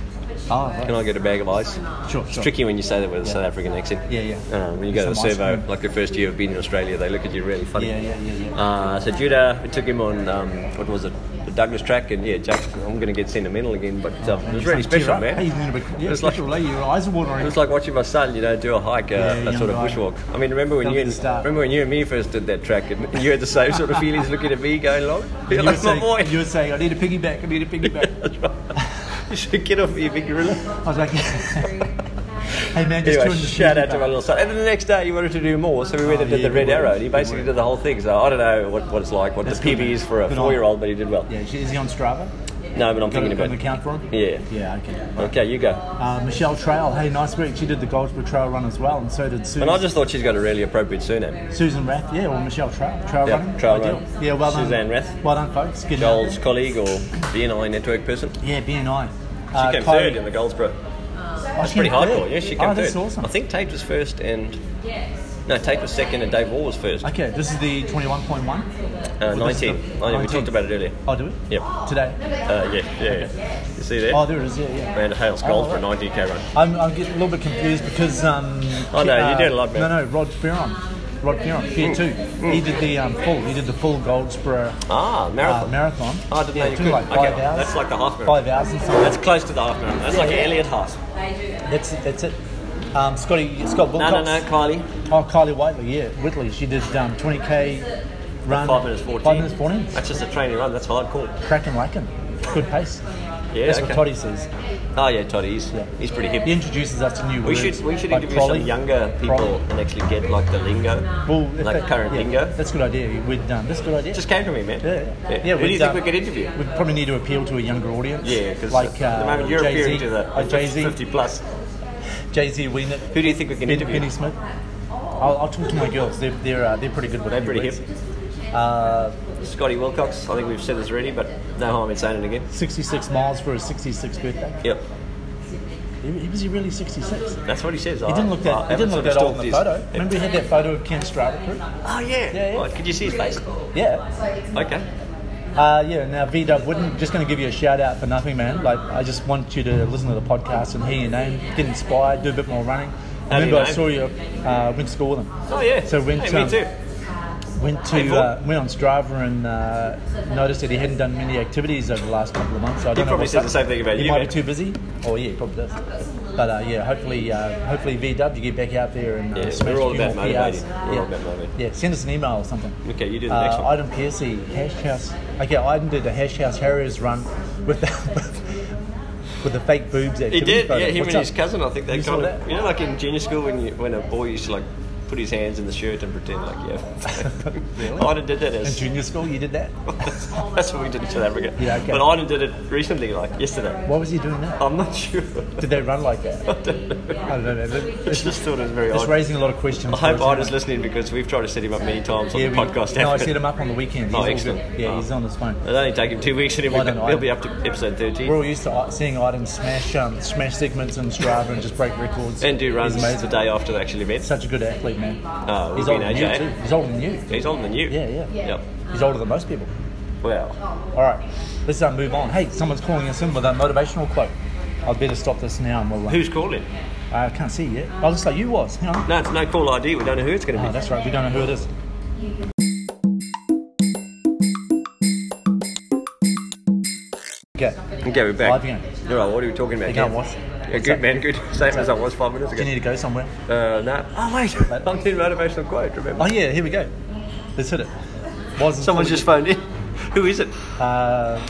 Oh, right. Oh, Can I get a bag of ice? Sure, It's sure. tricky when you say that with a South African accent. Yeah, yeah. Um, when you go to the Some ice servo, cream. like the first year of being in Australia, they look at you really funny. Yeah, yeah, yeah, yeah. Uh, so Judah, we took him on um, what was it? The the Douglas track, and yeah, Jack, I'm going to get sentimental again, but uh, it was really Tear special, up. man. Hey, you're gonna be- It yeah, was like- special, eh? Your eyes are watering. It was like watching my son, you know, do a hike, uh, Yeah, a young sort of guy. bushwalk. I mean, remember when Don't you get and, started. remember when you and me first did that track, and you had the same sort of feelings looking at me going along. You You're were, like, my boy, saying, you were saying, I need a piggyback, I need a piggyback. you should get off me, you big gorilla. I was like, hey man, just Anyway, doing the shout out to piggyback. my little son. And then the next day, he wanted to do more, so we went and did Ah, yeah, the good Red work, Arrow. And he good basically work. did the whole thing. So I don't know what, what it's like, what That's the good, PB is for a Good on four-year-old, but he did well. Yeah, is he on Strava? No, but I'm Got thinking a- got about an account for him? Yeah. Yeah, okay. Okay, you go. Uh, Michelle Trail, hey, nice work. She did the Goldsborough Trail run as well, and so did Susan. And I just thought she's got a really appropriate surname. Susan Rath, yeah, or Michelle Trail, trail Yeah, running. trail Ideal. running. Yeah, well done. Suzanne Rath. Well done, folks. Good Joel's colleague or BNI network person. She Yeah, BNI. She came third in the Goldsboro. That's she pretty came hardcore. third? Yeah, she Oh, came that's third. awesome. I think Tate was first and no, Tate was second and Dave Wall was first. Okay, this is the 21.1. Uh, Well, this is 19. the- Oh, yeah, We 19. talked about it earlier. Oh, do we? Yep. Today. Uh, yeah, yeah, yeah. You see there? Oh, there it is, yeah, yeah. Amanda Hales Oh, goals for a right. 19k run. I'm, I'm getting a little bit confused because. Um, Oh, no, you did a lot better. No, no, Rod Ferron. Rod Ferron, Fair Mm. too. He did the um, full. He did the full Goldsboro Ah, marathon. Uh, marathon. Oh, I didn't yeah, know you took could. like Okay, five hours. That's like the half marathon. Five hours and something. That's close to the half marathon. That's like Yeah. an Elliot half. That's it. That's it. Um, Scotty, Scott No, Wilcox. no, no, Kylie. Oh, Kylie Whiteley, yeah, Whitley. She did um, 20k run. Five minutes 14. Five minutes 14. That's just a training run. That's hardcore. Cracking lacking. Good pace. Yeah, That's okay. what Toddy says. Oh yeah, Toddy. He's, he's pretty hip. He introduces us to new We words. should we should like interview trolley. some younger people Trolley. and actually get like the lingo, Well, if like that- current yeah, lingo. That's a good idea. We'd, um, that's a good idea. Just came to me, man. Yeah, yeah. Who do we'd, you think um, we could interview? We'd probably need to appeal to a younger audience. Yeah, because like uh, at the moment you're Jay-Z, appearing to the uh, Jay Z, 50 plus. Jay Z, we Who do you think we can interview? Benny Smith. I'll, I'll talk to my girls. They're they're, uh, they're pretty good with They're new pretty words. hip. Uh, Scotty Wilcox. I think we've said this already, but no harm in saying it again. 66 miles for his 66th birthday. Yep, He- Was he really 66? that's what he says. He didn't look that. He didn't look that old in the photo. Remember, he had that photo of Ken Strava crew. Oh yeah. Right, could you see his face? Yeah. Okay. Uh, yeah. Now, V Dub Wooden, just going to give you a shout out for nothing, man. Like, I just want you to listen to the podcast and hear your name, get inspired, do a bit more running. How do you Remember, I know? saw you uh, went to school with him. Oh yeah. So went hey, me um, too. went Hey, to Paul. uh, went on Strava and uh, noticed that he hadn't done many activities over the last couple of months. So I don't know probably what's says up. the same thing about he you, might man. be too busy. Oh yeah, he probably does. But uh, yeah, hopefully, uh, hopefully VW you get back out there and uh, Yeah, smash we're all a few about more PRs. motivating. We're yeah. all about motivating. Yeah, send us an email or something. Okay, you do the next Uh, one. Item Piercy, Hash House. Okay, Item did the Hash House Harriers run with the, with the fake boobs. He activity did, photo. yeah. Him What's and up? his cousin, I think they You saw kind of, that? you know, like in junior school when you, when a boy used to like put his hands in the shirt and pretend like yeah. Really? Iden did that In as junior school, you did that. that's what we did in South Africa. Yeah, okay. But Iden did it recently, like yesterday. Why was he doing that? I'm not sure. Did they run like that? I don't know. I don't know. man. That- I just thought it was very It's odd. raising a lot of questions. for I us, hope isn't Iden's it? listening because we've tried to set him up many times on the we- podcast. No, I haven't we? set him up on the weekend. He's Oh, all good. excellent. Yeah, Oh. he's on his phone. It'll only take him two weeks and he'll, Well be, done, he'll be Iden. up to episode 13. We're all used to i- seeing items smash, um, smash segments on Strava and just break records. and do runs He's amazing. the day after the actual event. Such a good athlete, man. Oh, he's we've older been than you AJ. too. He's older than you. He's older than you. Yeah, yeah. Yep. He's older than most people. Well, All right, let's uh, move on. Hey, someone's calling us in with a motivational quote. I'd better stop this now and we'll. Uh, who's calling? I can't see yet. Oh, looks like you was. Hang on. No, it's no call ID. We don't know who it's going to Oh, be. that's right. We don't know who it is. Okay. Okay, we're back. Live again. All right, what are we talking about? You can't Kev? wash. Yeah, What's good up? man, good. Same as I was five minutes Do ago. you need to go somewhere? Uh, no. Oh, wait. I'm doing motivational quote, remember? Oh yeah, here we go. Let's hit it. Wasn't Someone's just phoned in. Who is it? Uh,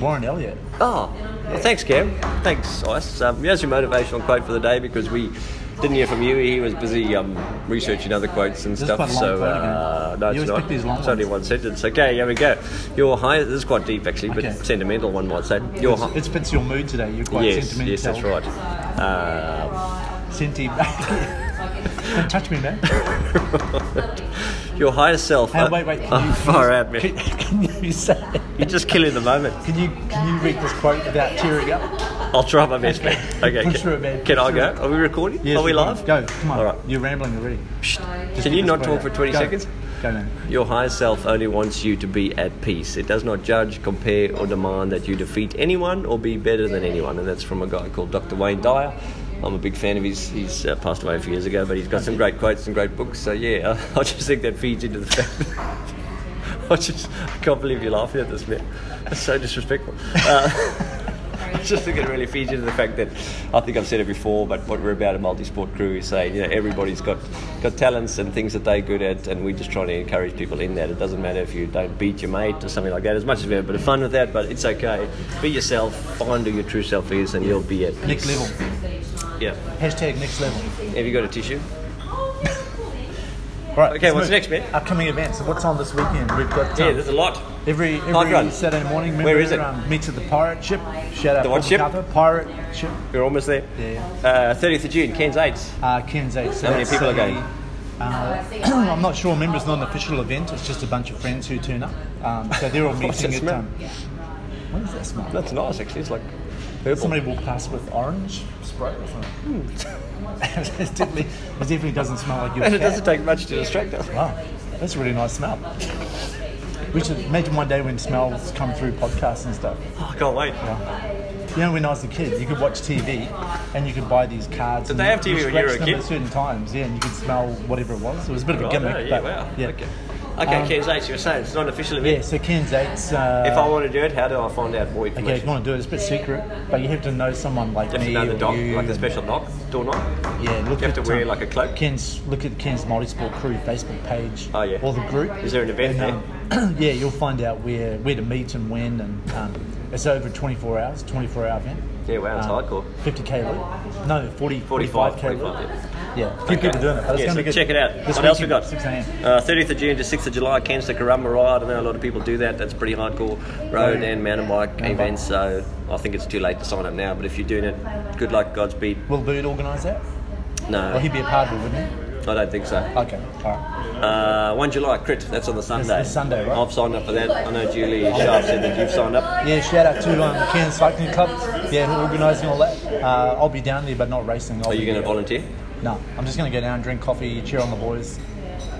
Warren Elliott. Oh, well, thanks, Cam. Thanks, Ice. Um, here's your motivational quote for the day because we didn't hear from you. He was busy um, researching other quotes and This is stuff. quite a long so, quote uh, again. no, You always it's not. pick these long it's only one sentence. Okay, here we go. Your highest, this is quite deep actually, but Okay. sentimental one might say. Your It's- hi- It fits your mood today. You're quite yes, sentimental. yes, that's right. Uh, Senti. Don't touch me, man. your highest self. Hey, wait, wait. Can Oh, you, far out, man. can, can you say? You're just killing the moment. Can you can you read this quote without tearing up? I'll try my best, man. Okay, Push can, through it, man. can Push I through go? it. Are we recording? Yes, Are we we're live? going. Go. Come on. All right. You're rambling already. Just Can get you this not quote talk out. for 20 Go. seconds? Go, man. Your higher self only wants you to be at peace. It does not judge, compare, or demand that you defeat anyone or be better than anyone. And that's from a guy called Dr. Wayne Dyer. I'm a big fan of his. He's uh, passed away a few years ago, but he's got some great quotes and great books. So, yeah, I, I just think that feeds into the fact I just I can't believe you're laughing at this, man. That's so disrespectful. Uh, I just think it really feeds into the fact that I think I've said it before, but what we're about a multi-sport crew is saying, you know, everybody's got, got talents and things that they're good at, and we're just trying to encourage people in that. It doesn't matter if you don't beat your mate or something like that. As much as we have a bit of fun with that, but it's okay. Be yourself, find who your true self is, and you'll be at Next peace. level. Yeah. Hashtag next level. Have you got a tissue? Right. Okay, let's what's move. next, man? Upcoming events. So what's on this weekend? We've got. um, Yeah, there's a lot. Every every Hard run. Saturday morning. Where Remember, is it? Um, meet to the pirate ship. Shout out. The what Paul ship? McCartney. Pirate ship. We're almost there. Yeah. Uh, 30th of June, Cairns 8. Uh, Cairns 8. So How many that's people are a- going? Uh, I'm not sure. Remember, it's not an official event. It's just a bunch of friends who turn up. Um, so they're all What's meeting at. that smell? Um, what is that smell? That's nice, actually. It's like purple. Somebody walked past with orange spray or something. it, definitely, it definitely doesn't smell like your Hmm. And it cat. doesn't take much to distract us. Wow, that's a really nice smell. We should imagine one day when smells come through podcasts and stuff. Oh, I can't wait. You know, when I was a kid, you could watch TV and you could buy these cards. Did and they have TV when you were scratched a them kid? At certain times, yeah, and you could smell whatever it was. It was a bit of a Right, gimmick. oh, yeah, but, wow, Yeah. okay. Okay, Um, Cairns 8, you were saying it's not an official event. Yeah, so Cairns 8's. Uh, if I want to do it, how do I find out more Okay, if information? you want to do it, it's a bit secret, but you have to know someone like You have me to know the or doc, you. like the special knock, door knock. Yeah, look You have at, to wear um, like a cloak. Ken's look at Ken's Multisport Crew Facebook page. Oh, yeah. Or the group. Is there an event and, um, yeah, you'll find out where where to meet and when, and um, it's over 24 hours, 24 hour event. Yeah, wow, it's Um, hardcore. 50k loop. No, 40, 45, 45k loop. 45, Yeah, few people doing it, but it's yeah, going so to be good. check it out. This What else we weekend, got? 6 a.m. Uh, 30th of June to 6th of July, Cairns to Karumba Ride. I know a lot of people do that. That's pretty hardcore road Yeah. and mountain bike Mountain bike. events. So I think it's too late to sign up now. But if you're doing it, good luck, Godspeed. Will Bird organise that? No, Well, he'd be a part of it, wouldn't he? I don't think so. Okay, all right. Uh, 1 July, crit. That's on the Sunday. this Sunday, right? I've signed up for that. I know Julie Sharp said that you've signed up. Yeah, shout out to um, Cairns Cycling Club. Yeah, who are organising all that. Uh, I'll be down there, but not racing. I'll Are you be going to there. volunteer? No, I'm just going to go down, drink coffee, cheer on the boys.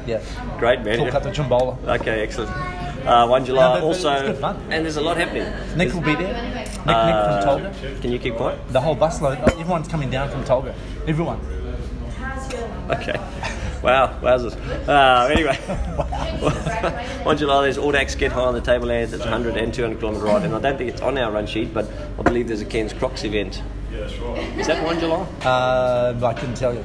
Yeah. Great, man. Talk yeah. up the chumbola. Okay, excellent. Uh, 1 No, July but- but also, it's good fun. and there's a lot happening. Nick will be there. Nick, Nick Uh, from Tolga. Can you keep quiet? The whole busload. oh, Everyone's coming down from Tolga. Everyone. Okay. Wow, wowzers. Uh, anyway, 1 July there's Audax Get High on the Tablelands. It's 100 and 200 kilometre ride, and I don't think it's on our run sheet, but I believe there's a Cairns Crocs event. Yeah, sure. Is that 1 July? Uh, I couldn't tell you.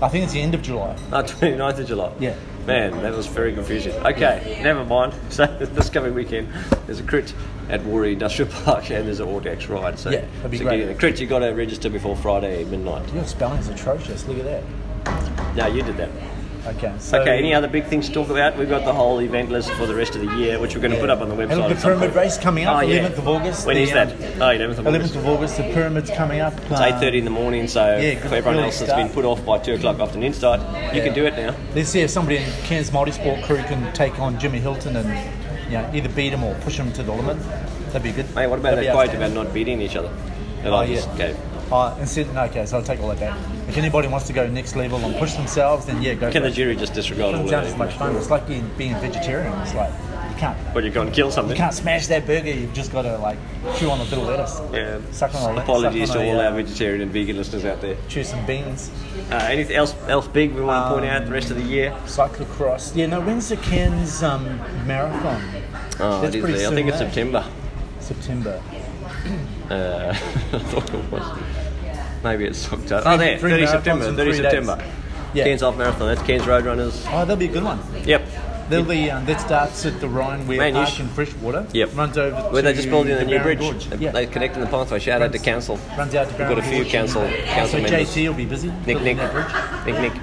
I think it's the end of July. Ah, 29th of July. Yeah. Man, that was very confusing. Okay, never mind. So this coming weekend, there's a crit at Warri Industrial Park and there's an Audax ride. So Yeah, that'd be so great. get in the crit, you got to register before Friday midnight. Your spelling's atrocious. Look at that. No, you did that. Okay. So okay, any other big things to talk about? We've got the whole event list for the rest of the year, which we're going to Yeah. put up on the And website. look, at the some pyramid point. race coming up, Oh, yeah. 11th of August. When The, is that? um, Oh, 11th of August. 11th of August, the pyramid's coming up. It's eight thirty in the morning, so yeah, good for everyone early else that's start. been put off by two o'clock afternoon start, you Yeah. can do it now. Let's see if somebody in Cairns Multisport crew can take on Jimmy Hilton and you know, either beat him or push him to the limit. That'd be good. Hey, what about That'd be that quote about outstanding. not beating each other? That Oh, I just yeah. gave. Uh, instead, no, okay, so I'll take all that back. If anybody wants to go next level and push themselves, then yeah, go Can for the it. jury just disregard all Doesn't of sound that? as much fun. It's like being, being a vegetarian. It's like you can't But you've gone and killed you something. can't smash that burger. You've just got to like chew on a bit of lettuce. Yeah. Suck on a Apologies suck to on a, all uh, our vegetarian and vegan listeners out there. Chew some beans. Uh, anything else, else big we want to point out the rest of the year? Cyclocross. Yeah, no, when's the Cairns um, marathon? Oh, it That's is pretty there. I soon, think it's eh? September. September. Uh, I thought it was. Maybe it's October. Three- Oh, there, three 30 marathons September. in 30 three September. days. Yeah. Cairns Half Marathon. That's Cairns Roadrunners. Oh, that'll be a good one. Yep. They'll be, um, that starts at the Rhine where Man, you Park sh- and Freshwater Yep. runs over to Where they just building the a new Barron bridge. Gorge. They- Yeah. They're connecting the pathway. Shout out to Runs- council. Runs out to We've Barron got a few Gorge. council council so members. JT will be busy. Nick, building Nick, that bridge. Nick, Nick,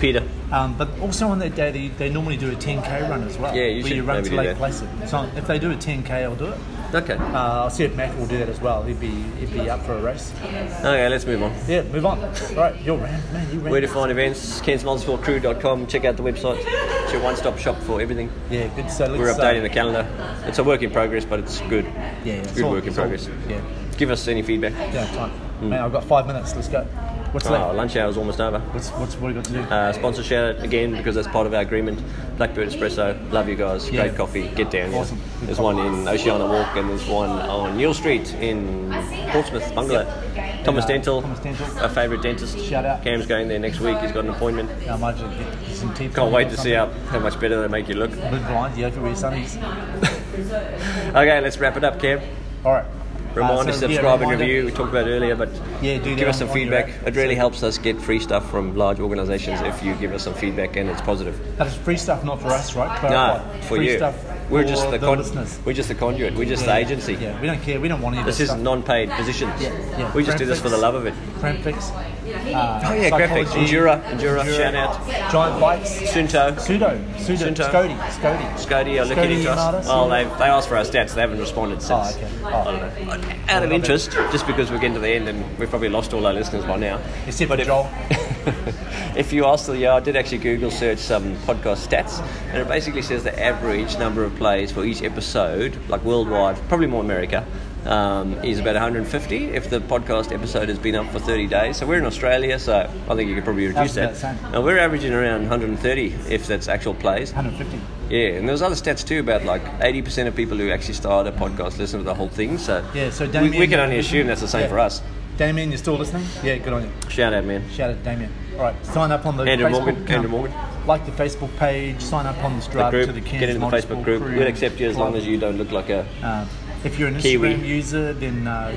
Peter. Um, but also on that day, they, they normally do a 10k run as well. Yeah, you where should you run maybe to do Lake that. Placid. So if they do a 10k, I'll do it. Okay. Uh, I'll see if Matt will do that as well. He'd be he'd be up for a race. Okay, let's move on. Yeah, move on. Right, you're ran, man. You ran. Where to find events? KearnsMultisportCrew.com. Check out the website. It's your one-stop shop for everything. Yeah, good. So let's, We're updating uh, the calendar. It's a work in progress, but it's good. Yeah, it's good all- work in it's all- progress. yeah. Give us any feedback. Yeah, time. Mm. Man, I've got five minutes. Let's go. What's Oh, left? lunch hour's almost over. What's what's what have we got to do? Uh, sponsor shout out again because that's part of our agreement. Blackbird Espresso, love you guys. Yeah. Great coffee. Get down. here. Awesome. Good There's coffee. one in Oceana Walk and there's one on Neil Street in Portsmouth Bungalow. Thomas And, uh, Dental, Thomas Dental. our favourite dentist. Shout out. Cam's going there next week. He's got an appointment. I might just get some teeth. Can't wait to see how, how much better they make you look. Big blind, yeah, everywhere Sundays. Okay, let's wrap it up, Cam. All right. Remind Uh, us so, to yeah, subscribe and reminder- review. We talked about it earlier, but Yeah, do give that us some on- on your feedback. app. It really helps us get free stuff from large organisations if you give us some feedback and it's positive. That is free stuff, not for us, right? No, Clarify. for free you. Stuff We're for just the, the con- listeners. we're just the conduit. We're just the Yeah. agency. Yeah, we don't care. We don't want any of This this is stuff. non-paid positions. Yeah, yeah. We just do this for the Graphics. love of it. Cramp fix. Uh, Oh, yeah, graphics. psychology, Endura, Endura, shout out. Giant bites. Sunto. Pseudo. Pseudo. Sunto. Scody. Scody. Scotty are looking Scotty into Yamada, us. Well, Scotty. they they asked for our stats. They haven't responded since. Oh, okay. Oh. I don't know. Out of Well, interest, just because we're getting to the end and we've probably lost all our listeners by now. Except for Joel. If you ask the, yeah, I did actually Google search some podcast stats, and it basically says the average number of plays for each episode, like worldwide, probably more America, um, is about 150 if the podcast episode has been up for 30 days. So we're in Australia, so I think you could probably reduce That's about that. the same. Now we're averaging around 130 if that's actual plays. 150. Yeah, and there was other stats too about like 80% of people who actually start a podcast listen to the whole thing. So Yeah, so we, Damien, we can only assume that's the same Yeah. for us. Damien, you're still listening? Yeah, good on you. Shout out, man. Shout out to Damien. All right, sign up on the Andrew Facebook Morgan, account. Andrew Morgan. Like the Facebook page, sign up on the Strava the to the group, Cairns get into the Multi Facebook Sport group. Crew. We'll accept you as long as you don't look like a. Uh, if you're an Kiwi. Instagram user, then uh,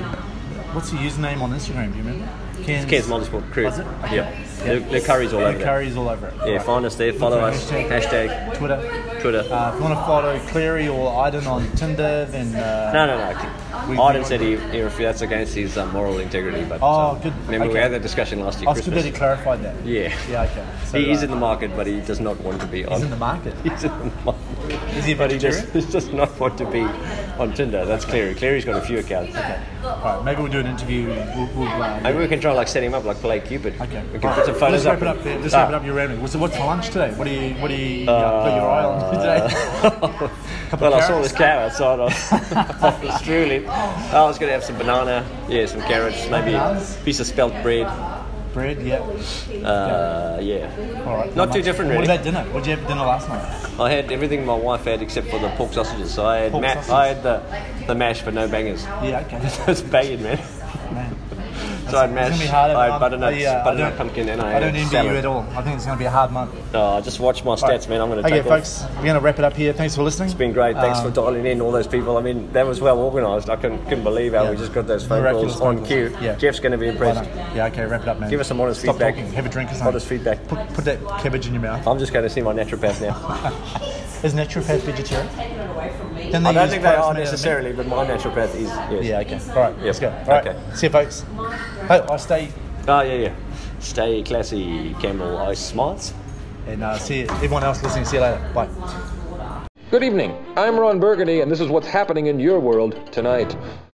what's your username on Instagram? Do you remember? It's Cairns Multisport Crew. Was it? Okay. Yep. The, the curry's all The over that. curry's all over it. Yeah, Right. find us there, follow Look for us. Hashtag. Twitter. Twitter. Uh, if you want to follow Clary or Iden on Tinder, then uh, No, no, no. We- Auden said he, he ref- that's against his um, moral integrity. But Oh, um, good. Remember we Okay. had that discussion last year. I was good Christmas. that he clarified that. Yeah. Yeah. Okay. So, he is uh, in the market, but he does not want to be on. in the market. He's in the market. Is he a But he vegetarian? just, he does not want to be on Tinder. That's Clary. Clary's got a few accounts. Okay. All right. Maybe we'll do an interview. We'll, we'll, uh, Maybe we can try like set him up like Play Cupid. Okay. We can put some photos Let's wrap up. it up. and- there. Let's Ah. wrap it up. Your rambling. So what's for lunch today? What do you what do you uh, put your eye on today? Couple Uh, Well, I saw carrots? this carrot outside. I was, I was drooling. I was going to have some banana, yeah, some carrots, maybe Bananas? a piece of spelt bread. Bread. Yeah. Uh, yeah. All right. Not too Lunch. different, What really. about dinner? What did you have for dinner last night? I had everything my wife had except for the pork sausages. So I had, Pork ma- sausages. I had the, the mash, but no bangers. Yeah. Okay. That's banging, man. Man. So I had It's mash, gonna be hard. I had I'm- butternut, I, uh, I butternut don't- pumpkin, and I, I don't had envy salad. you at all. I think it's going to be a hard month. Oh, just watch my stats, man. I'm going to Okay, take off. folks, we're going to wrap it up here. Thanks for listening. It's been great. Thanks Um, for dialing in, all those people. I mean, that was well organised. I couldn't, couldn't believe how we just got those phone Miraculous calls phone on calls. cue. Yeah. Jeff's going to be Why impressed. not? Yeah, okay, wrap it up, man. Give us some honest Stop feedback. talking. Have a drink or something. Honest feedback. Put, put that cabbage in your mouth. I'm just going to see my naturopath now. Is naturopath vegetarian? Then I don't use think products made they are out of necessarily, but my naturopath is. Yes. meat? Yeah, okay. All right, let's go. Yep. All right, Okay. see you, folks. Oh, I stay Oh, yeah, yeah. Stay classy, Campbell Ice Smarts. and uh, see you. everyone else listening. See you later. Bye. Good evening. I'm Ron Burgundy, and this is what's happening in your world tonight.